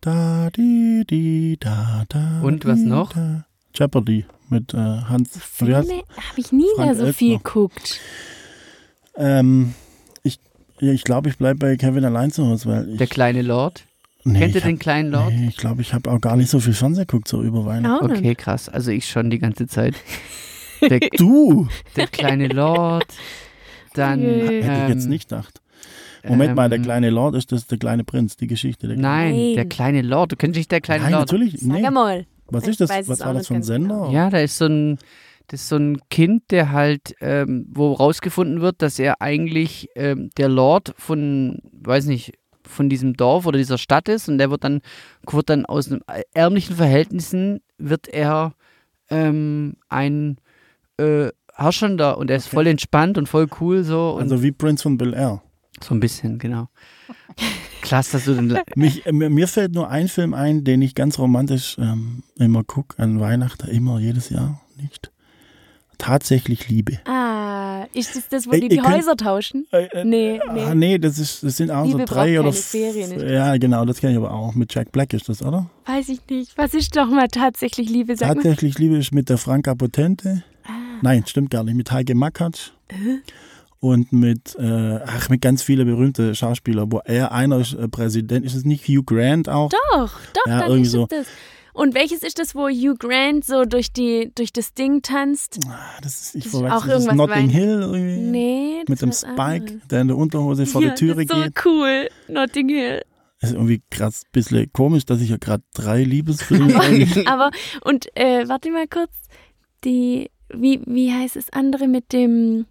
C: da, di, di, da, da,
B: Und was
C: di,
B: noch?
C: Da. Jeopardy mit äh, Hans. Wie heißt-
A: Filme habe ich nie
C: Frank
A: mehr so
C: Elstner.
A: viel geguckt.
C: Ähm, ich ja, ich, glaube, ich bleibe bei Kevin allein zu Hause, weil ich.
B: Der kleine Lord.
C: nee,
B: Kennt ihr
C: ich hab-
B: den kleinen Lord?
C: Nee, ich glaube, ich habe auch gar nicht so viel Fernsehen geguckt, so über Weihnachten.
A: Auch nicht.
B: Okay, krass. Also ich schon die ganze Zeit. Der,
C: Du!
B: der kleine Lord. Dann.
A: Hätte
B: Ähm,
C: Hätte ich jetzt nicht gedacht. Moment mal, der
B: ähm,
C: kleine Lord ist das der kleine Prinz, die Geschichte. Der
B: Nein, der
A: Nein.
B: kleine Lord. Du kennst dich der kleine
C: Nein,
B: Lord.
C: natürlich. Nee.
A: Sag mal.
C: Was
A: Ich
C: ist das?
A: weiß
C: Was
A: es
C: war
A: auch
C: das
A: nicht
C: für ein
A: ganz
C: Sender?
B: Ja, da ist so ein, das ist so ein Kind, der halt, ähm, wo rausgefunden wird, dass er eigentlich ähm, der Lord von, weiß nicht, von diesem Dorf oder dieser Stadt ist und der wird dann, wird dann aus einem ärmlichen Verhältnissen wird er ähm, ein äh, Herrschender und er ist voll entspannt und voll cool so und
C: Also wie Prince von Bel Air.
B: so ein bisschen, genau. Klasse, dass du den Le-
C: Mich, äh, mir mir fällt nur ein Film ein, den ich ganz romantisch ähm, immer gucke, an Weihnachten, immer, jedes Jahr, nicht. Tatsächlich Liebe.
A: Ah, ist das das, wo
C: Ey,
A: die die
C: ihr könnt-
A: Häuser tauschen?
C: Äh, äh,
A: Nee,
C: Ah,
A: nee.
C: nee, das, ist, das sind auch
A: Liebe
C: so
A: braucht
C: drei oder.
A: keine Ferien,
C: f-
A: ist
C: ja, genau, das kenne ich aber auch. Mit Jack Black ist das, oder?
A: Weiß ich nicht. Was ist doch mal tatsächlich Liebe? Sag mal. Ah.
C: Tatsächlich Liebe ist mit der Franka Potente. Nein, stimmt gar nicht. Mit Heike Makatsch. Und mit, äh, ach, mit ganz vielen berühmten Schauspielern, wo er einer ist äh, Präsident. Ist es nicht Hugh Grant auch?
A: Doch, doch,
C: Ja,
A: dann
C: irgendwie
A: ist
C: so.
A: es das. Und welches ist das, wo Hugh Grant so durch, die, durch das Ding tanzt?
C: Ah, Das ist, ich
A: Das ist
C: verwechsel,
A: auch
C: das ist
A: irgendwas
C: Notting
A: Wein-
C: Hill irgendwie.
A: Nee, das
C: mit dem
A: ist was
C: Spike,
A: anderes.
C: der in der Unterhose vor
A: ja,
C: der Türe
A: das ist so
C: geht.
A: cool, Notting Hill.
C: Das ist irgendwie krass, bisschen komisch, dass ich ja gerade drei Liebesfilme eigentlich-
A: Aber, und äh, warte mal kurz, die, wie, wie heißt das andere mit dem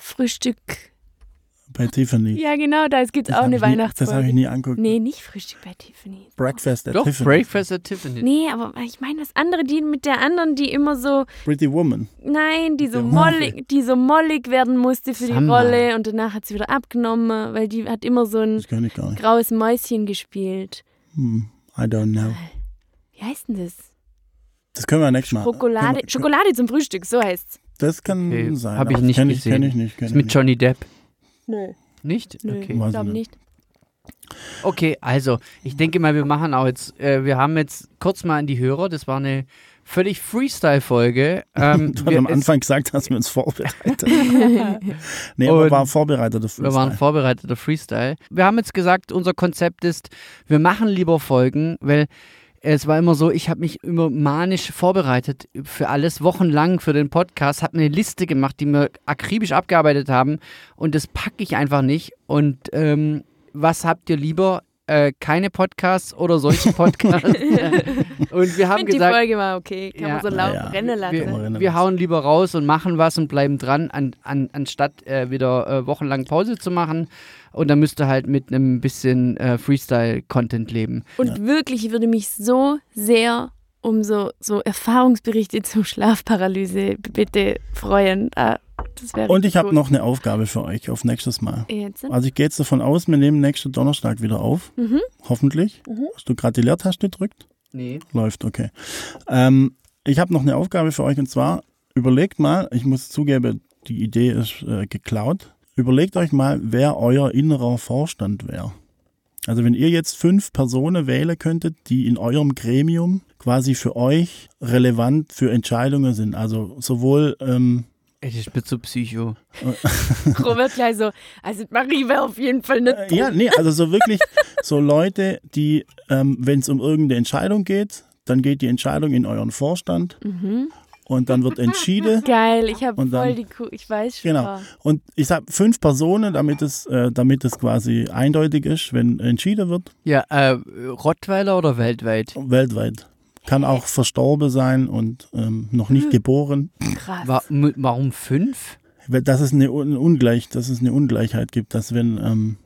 A: Frühstück?
C: bei Tiffany.
A: Ja, genau, da gibt es
C: Das
A: auch
C: hab
A: eine
C: ich nie- Das habe ich
A: Weihnachtsfolge.
C: nie angeguckt.
A: Nee, nicht Frühstück bei Tiffany.
C: Breakfast at
B: Doch,
C: Tiffany.
B: Breakfast at Tiffany.
A: Nee, aber ich meine das andere, die mit der anderen, die immer so,
C: Pretty Woman.
A: nein, die so
C: Der
A: mollig, die so mollig werden musste für die
B: Sag mal.
A: Rolle und danach hat sie wieder abgenommen, weil die hat immer so ein
C: Das kann ich gar nicht.
A: graues Mäuschen gespielt.
C: Hm, I don't know.
A: Wie heißt denn das?
C: Das können wir nächstes Mal.
A: Schokolade,
C: Ah, Können wir-
A: Schokolade zum Frühstück, so heißt's.
C: Das kann
B: Okay,
C: sein.
B: hab ich
C: aber
B: nicht
C: kenn Ich,
B: gesehen.
C: kenn ich nicht. Kenn
B: Ist
C: ich
B: mit
C: nicht.
B: Johnny Depp.
A: Nö.
B: Nicht?
A: Nö,
B: Okay.
A: ich
C: Weiß
A: glaube
C: ich
A: nicht.
B: Okay, also ich denke mal, wir machen auch jetzt, äh, wir haben jetzt kurz mal an die Hörer, das war eine völlig Freestyle-Folge. Ähm,
C: Du hast
B: wir,
C: am
B: es-
C: Anfang gesagt, dass wir uns vorbereitet haben. nee, aber
B: Und-
C: wir waren vorbereitet auf
B: wir waren vorbereiteter Freestyle. Wir haben jetzt gesagt, unser Konzept ist, wir machen lieber Folgen, weil es war immer so, ich habe mich immer manisch vorbereitet für alles, wochenlang für den Podcast, habe eine Liste gemacht, die wir akribisch abgearbeitet haben und das packe ich einfach nicht. Und ähm, was habt ihr lieber? Äh, keine Podcasts oder solche Podcasts. und wir
A: Ich
B: haben
A: finde, die
B: gesagt,
A: Folge war okay. Kann
B: Ja.
A: man so laut
C: Ja, ja.
A: rennen
C: Kann man
A: lassen.
B: wir,
C: rennen
B: wir
C: lassen.
B: hauen lieber raus und machen was und bleiben dran, an, an, anstatt äh, wieder äh, wochenlang Pause zu machen. Und dann müsst ihr halt mit einem bisschen äh, Freestyle-Content leben.
A: Und wirklich, ich würde mich so sehr um so, so Erfahrungsberichte zur Schlafparalyse b- bitte freuen. Ah, das wäre
C: Und ich
A: richtig
C: habe
A: gut.
C: noch eine Aufgabe für euch auf nächstes Mal.
A: Jetzt?
C: Also ich gehe jetzt davon aus, wir nehmen nächsten Donnerstag wieder auf.
A: Mhm.
C: Hoffentlich. Hast du gerade die Leertaste gedrückt?
B: Nee.
C: Läuft, okay. Ähm, ich habe noch eine Aufgabe für euch und zwar, überlegt mal, ich muss zugeben, die Idee ist äh, geklaut. Überlegt euch mal, wer euer innerer Vorstand wäre. Also wenn ihr jetzt fünf Personen wählen könntet, die in eurem Gremium quasi für euch relevant für Entscheidungen sind. Also sowohl ähm,
B: Ey, das ist mir zu psycho.
A: Robert gleich so, also Marie wäre auf jeden Fall nicht.
C: Äh, Ja, nee, also so wirklich so Leute, die, ähm, wenn es um irgendeine Entscheidung geht, dann geht die Entscheidung in euren Vorstand und dann wird entschieden.
A: Geil, ich habe
C: Und dann-
A: voll die Kuh, ich weiß schon. oh,
C: Genau. Und ich habe fünf Personen, damit es, äh, damit es quasi eindeutig ist, wenn entschieden wird,
B: Ja, äh, Rottweiler oder weltweit?
C: weltweit. Kann auch verstorben sein und ähm, noch nicht geboren.
A: Krass.
B: Wa m- warum fünf?
C: Weil- Dass es eine, Un- Ungleich, dass es eine Ungleichheit gibt, dass wenn, ähm,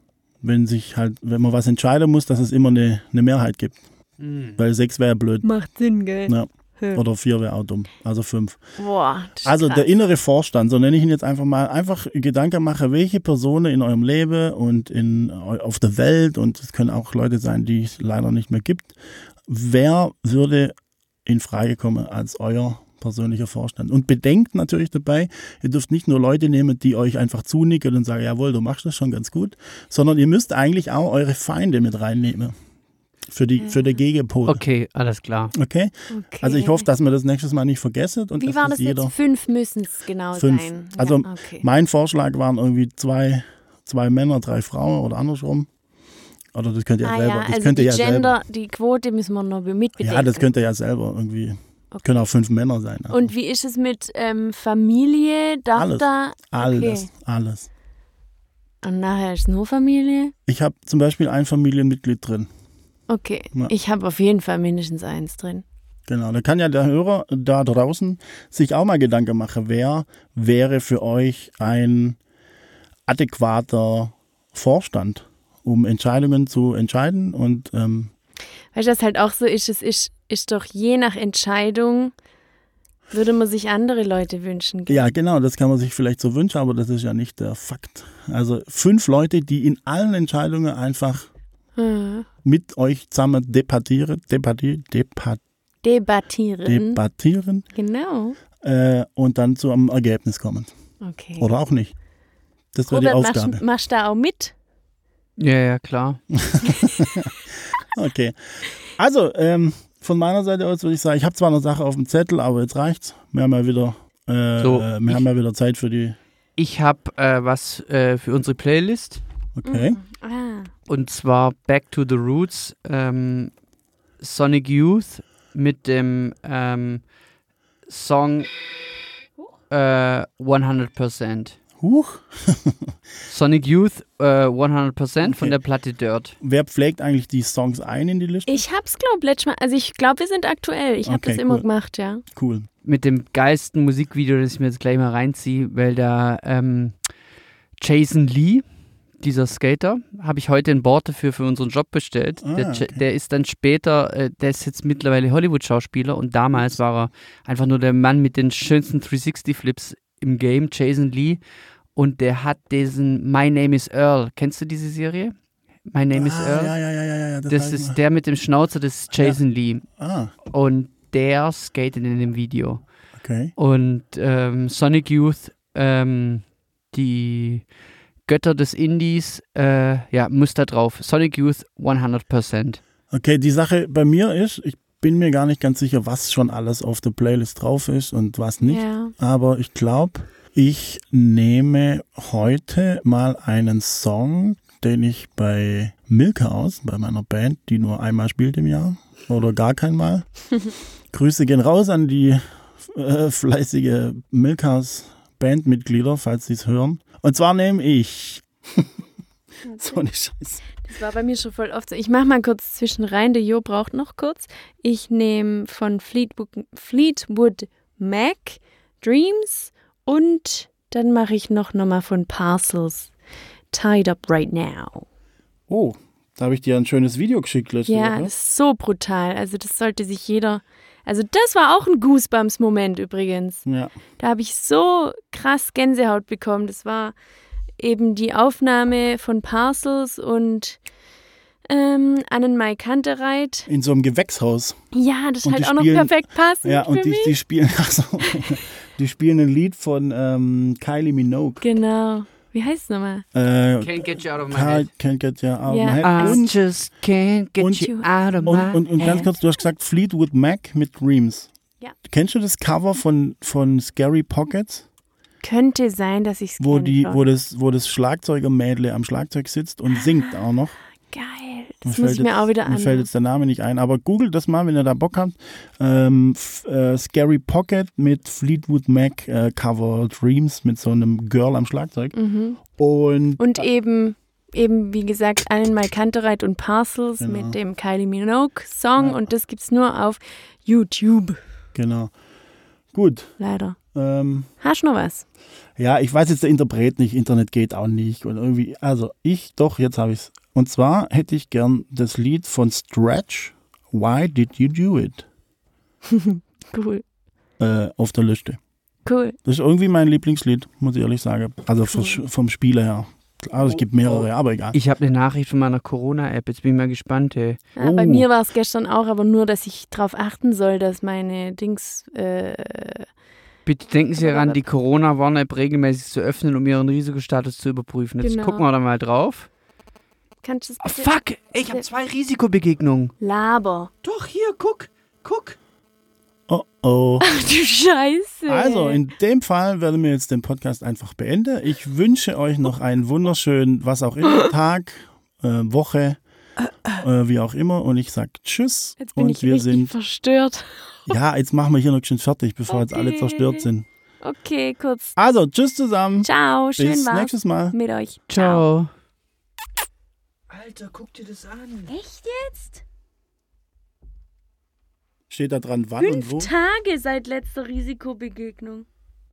C: wenn sich halt, wenn man was entscheiden muss, dass es immer eine, eine Mehrheit gibt.
B: Hm.
C: Weil sechs wäre blöd.
A: Macht Sinn, gell?
C: Ja.
A: Hm.
C: Oder vier wäre auch dumm. Also fünf.
A: Boah, das ist
C: Also
A: krass.
C: der innere Vorstand, so nenne ich ihn jetzt einfach mal, einfach Gedanken mache, welche Personen in eurem Leben und in, auf der Welt, und es können auch Leute sein, die es leider nicht mehr gibt, wer würde in Frage kommen als euer persönlicher Vorstand? Und bedenkt natürlich dabei, ihr dürft nicht nur Leute nehmen, die euch einfach zunicken und sagen, jawohl, du machst das schon ganz gut, sondern ihr müsst eigentlich auch eure Feinde mit reinnehmen. Für, die, für den Gegenpol.
B: Okay, alles klar.
C: okay?
A: Mhm. Okay.
C: Also ich hoffe, dass wir das nächstes Mal nicht vergessen und
A: Wie
C: dass
A: war
C: das
A: das
C: jeder
A: jetzt? Fünf müssen es genau
C: fünf.
A: sein. Ja,
C: Also
A: okay.
C: mein Vorschlag waren irgendwie zwei, zwei Männer, drei Frauen oder andersrum. Oder das könnt ihr ja
A: ah,
C: selber.
A: ja,
C: das
A: also
C: könnt ihr
A: die
C: ja selber.
A: Gender, die Quote müssen wir noch mitbedenken.
C: Ja, das könnt ihr ja selber irgendwie.
A: Okay.
C: Können auch fünf Männer sein. Also
A: Und wie ist es mit ähm, Familie? Darf
C: Alles.
A: da
C: alles,
A: okay.
C: alles.
A: Und nachher ist nur Familie?
C: Ich habe zum Beispiel ein Familienmitglied drin.
A: Okay.
C: Ja.
A: Ich habe auf jeden Fall mindestens eins drin.
C: Genau. Da kann ja der Hörer da draußen sich auch mal Gedanken machen, wer wäre für euch ein adäquater Vorstand, um Entscheidungen zu entscheiden und ähm,
A: Weil das halt auch so ist, es ist, ist doch je nach Entscheidung, würde man sich andere Leute wünschen. gell?
C: Ja, genau, das kann man sich vielleicht so wünschen, aber das ist ja nicht der Fakt. Also fünf Leute, die in allen Entscheidungen einfach
A: Hm.
C: mit euch zusammen debattieren, debattieren, debat,
A: Debattieren.
C: debattieren
A: genau.
C: äh, und dann zu einem Ergebnis kommen.
A: Okay.
C: Oder auch nicht. Das wäre die
A: Robert, machst,
C: Aufgabe.
A: machst da auch mit?
B: Ja, ja, klar.
C: Okay. Also, ähm, von meiner Seite aus würde ich sagen, ich habe zwar eine Sache auf dem Zettel, aber jetzt reicht's. Wir haben ja wieder, äh,
B: So,
C: äh, wir haben ja wieder Zeit für die.
B: Ich habe äh, was äh, für unsere Playlist.
C: Okay.
A: Ah.
B: Und zwar Back to the Roots, ähm, Sonic Youth mit dem ähm, Song äh, 100%.
C: Huch.
B: Sonic Youth äh, 100% von
C: Okay.
B: der Platte Dirt.
C: Wer pflegt eigentlich die Songs ein in die Liste?
A: Ich hab's, glaub, letztes Mal. Also ich glaube, wir sind aktuell. Ich habe
C: Okay,
A: das immer
C: cool.
A: gemacht, ja.
C: Cool.
B: Mit dem geilsten Musikvideo, das ich mir jetzt gleich mal reinziehe, weil da ähm, Jason Lee, dieser Skater, habe ich heute in Borte für, für unseren Job bestellt.
C: Ah,
B: der, Ja-
C: okay.
B: der ist dann später, äh, der ist jetzt mittlerweile Hollywood-Schauspieler und damals war er einfach nur der Mann mit den schönsten 360-Flips im Game, Jason Lee. Und der hat diesen My Name is Earl. Kennst du diese Serie? My Name is
C: ah,
B: Earl.
C: Ja, ja, ja, ja, ja, ja. Das,
B: Das
C: hab ich mal-
B: ist der mit dem Schnauzer, das ist Jason Lee.
C: Ah,
B: Und der skatet in dem Video.
C: okay.
B: Und ähm, Sonic Youth, ähm, die Götter des Indies, äh, ja, müsst da drauf. Sonic Youth 100%.
C: Okay, die Sache bei mir ist, ich bin mir gar nicht ganz sicher, was schon alles auf der Playlist drauf ist und was nicht.
A: Ja.
C: Aber ich glaube, ich nehme heute mal einen Song, den ich bei Milka aus, bei meiner Band, die nur einmal spielt im Jahr oder gar keinmal. Grüße gehen raus an die äh, fleißige Milkas Bandmitglieder, falls sie es hören. Und zwar nehme ich. so eine Scheiße.
A: Das war bei mir schon voll oft so. Ich mache mal kurz zwischen rein. Der Jo braucht noch kurz. Ich nehme von Fleetwood, Fleetwood Mac Dreams und dann mache ich noch nochmal von Parcels Tied Up Right Now.
C: Oh, da habe ich dir ein schönes Video geschickt letzte
A: Ja,
C: Woche.
A: das ist so brutal. Also das sollte sich jeder. Also das war auch ein Goosebumps-Moment übrigens.
C: Ja.
A: Da habe ich so krass Gänsehaut bekommen. Das war eben die Aufnahme von Parcels und ähm, Annen Mai Kantereit.
C: In so einem Gewächshaus.
A: Ja, das ist
C: Und
A: halt
C: die
A: auch noch
C: spielen-
A: perfekt passend
C: Ja,
A: für
C: und die,
A: mich.
C: die spielen, ach so, die spielen ein Lied von ähm, Kylie Minogue.
A: Genau. Wie heißt es nochmal?
C: Äh,
B: Can't get you out of my
C: Can't, can't get you out of
A: Ja.
C: my head.
B: I
C: Und,
B: just can't get
C: und-
B: you out of my
C: und, und, und ganz kurz, du hast gesagt Fleetwood Mac mit Dreams.
A: Ja.
C: Kennst du das Cover von, von Scary Pockets,
A: Könnte sein, dass ich es
C: wo, die, wo das, wo das Schlagzeugermädle am Schlagzeug sitzt und singt auch noch?
A: Geil.
C: Mir
A: Das
C: fällt
A: muss ich mir
C: jetzt,
A: auch wieder
C: Mir
A: an.
C: fällt jetzt der Name nicht ein, aber googelt das mal, wenn ihr da Bock habt. Ähm, F- äh, Scary Pocket mit Fleetwood Mac äh, Cover Dreams mit so einem Girl am Schlagzeug.
A: Mhm.
C: Und
A: Und eben, eben wie gesagt, Annen Mai Kantereit und Parcels
C: Genau.
A: mit dem Kylie Minogue-Song.
C: Ja.
A: Und das gibt es nur auf YouTube,
C: genau. Gut.
A: leider.
C: Ähm,
A: Hast du noch was?
C: ja, ich weiß jetzt der Interpret nicht, Internet geht auch nicht. Und irgendwie, also ich doch, jetzt habe ich's. Und zwar hätte ich gern das Lied von Stretch, Why Did You Do It?
A: Cool.
C: Äh, auf der Liste.
A: Cool.
C: Das ist irgendwie mein Lieblingslied, muss ich ehrlich sagen. Also vom- vom Spieler her. Klar, es gibt
A: Oh.
C: mehrere, aber egal.
B: Ich habe eine Nachricht von meiner Corona-App. Jetzt bin ich mal gespannt, ey.
A: Ja,
C: Oh.
A: Ah, Bei mir war es gestern auch, aber nur, dass ich darauf achten soll, dass meine Dings. Äh,
B: Bitte denken Sie daran, die Corona-Warn-App regelmäßig zu öffnen, um Ihren Risikostatus zu überprüfen. Jetzt
A: Genau.
B: gucken wir da mal drauf.
A: kannst du das
B: Ah,
A: bitte-
B: fuck! Ey, ich habe zwei Risikobegegnungen.
A: Laber.
B: Doch, hier, guck, guck.
C: Oh oh.
A: Ach du Scheiße.
C: Also, in dem Fall werden wir jetzt den Podcast einfach beenden. Ich wünsche euch noch einen wunderschönen, was auch immer, Tag, äh, Woche, äh, wie auch immer. Und ich sag Tschüss.
A: Jetzt bin
C: und
A: ich
C: wir
A: richtig
C: sind.
A: verstört.
C: Ja, jetzt machen wir hier noch schön fertig, bevor jetzt alle
A: Okay.
C: zerstört sind.
A: Okay, kurz.
C: Also, Tschüss zusammen.
A: Ciao, schön
C: Bis
A: war's
C: nächstes Mal.
A: mit euch.
B: Ciao. Alter, guck dir das an.
A: Echt jetzt?
C: Steht da dran, wann
A: Fünf
C: und wo?
A: Tage seit letzter Risikobegegnung.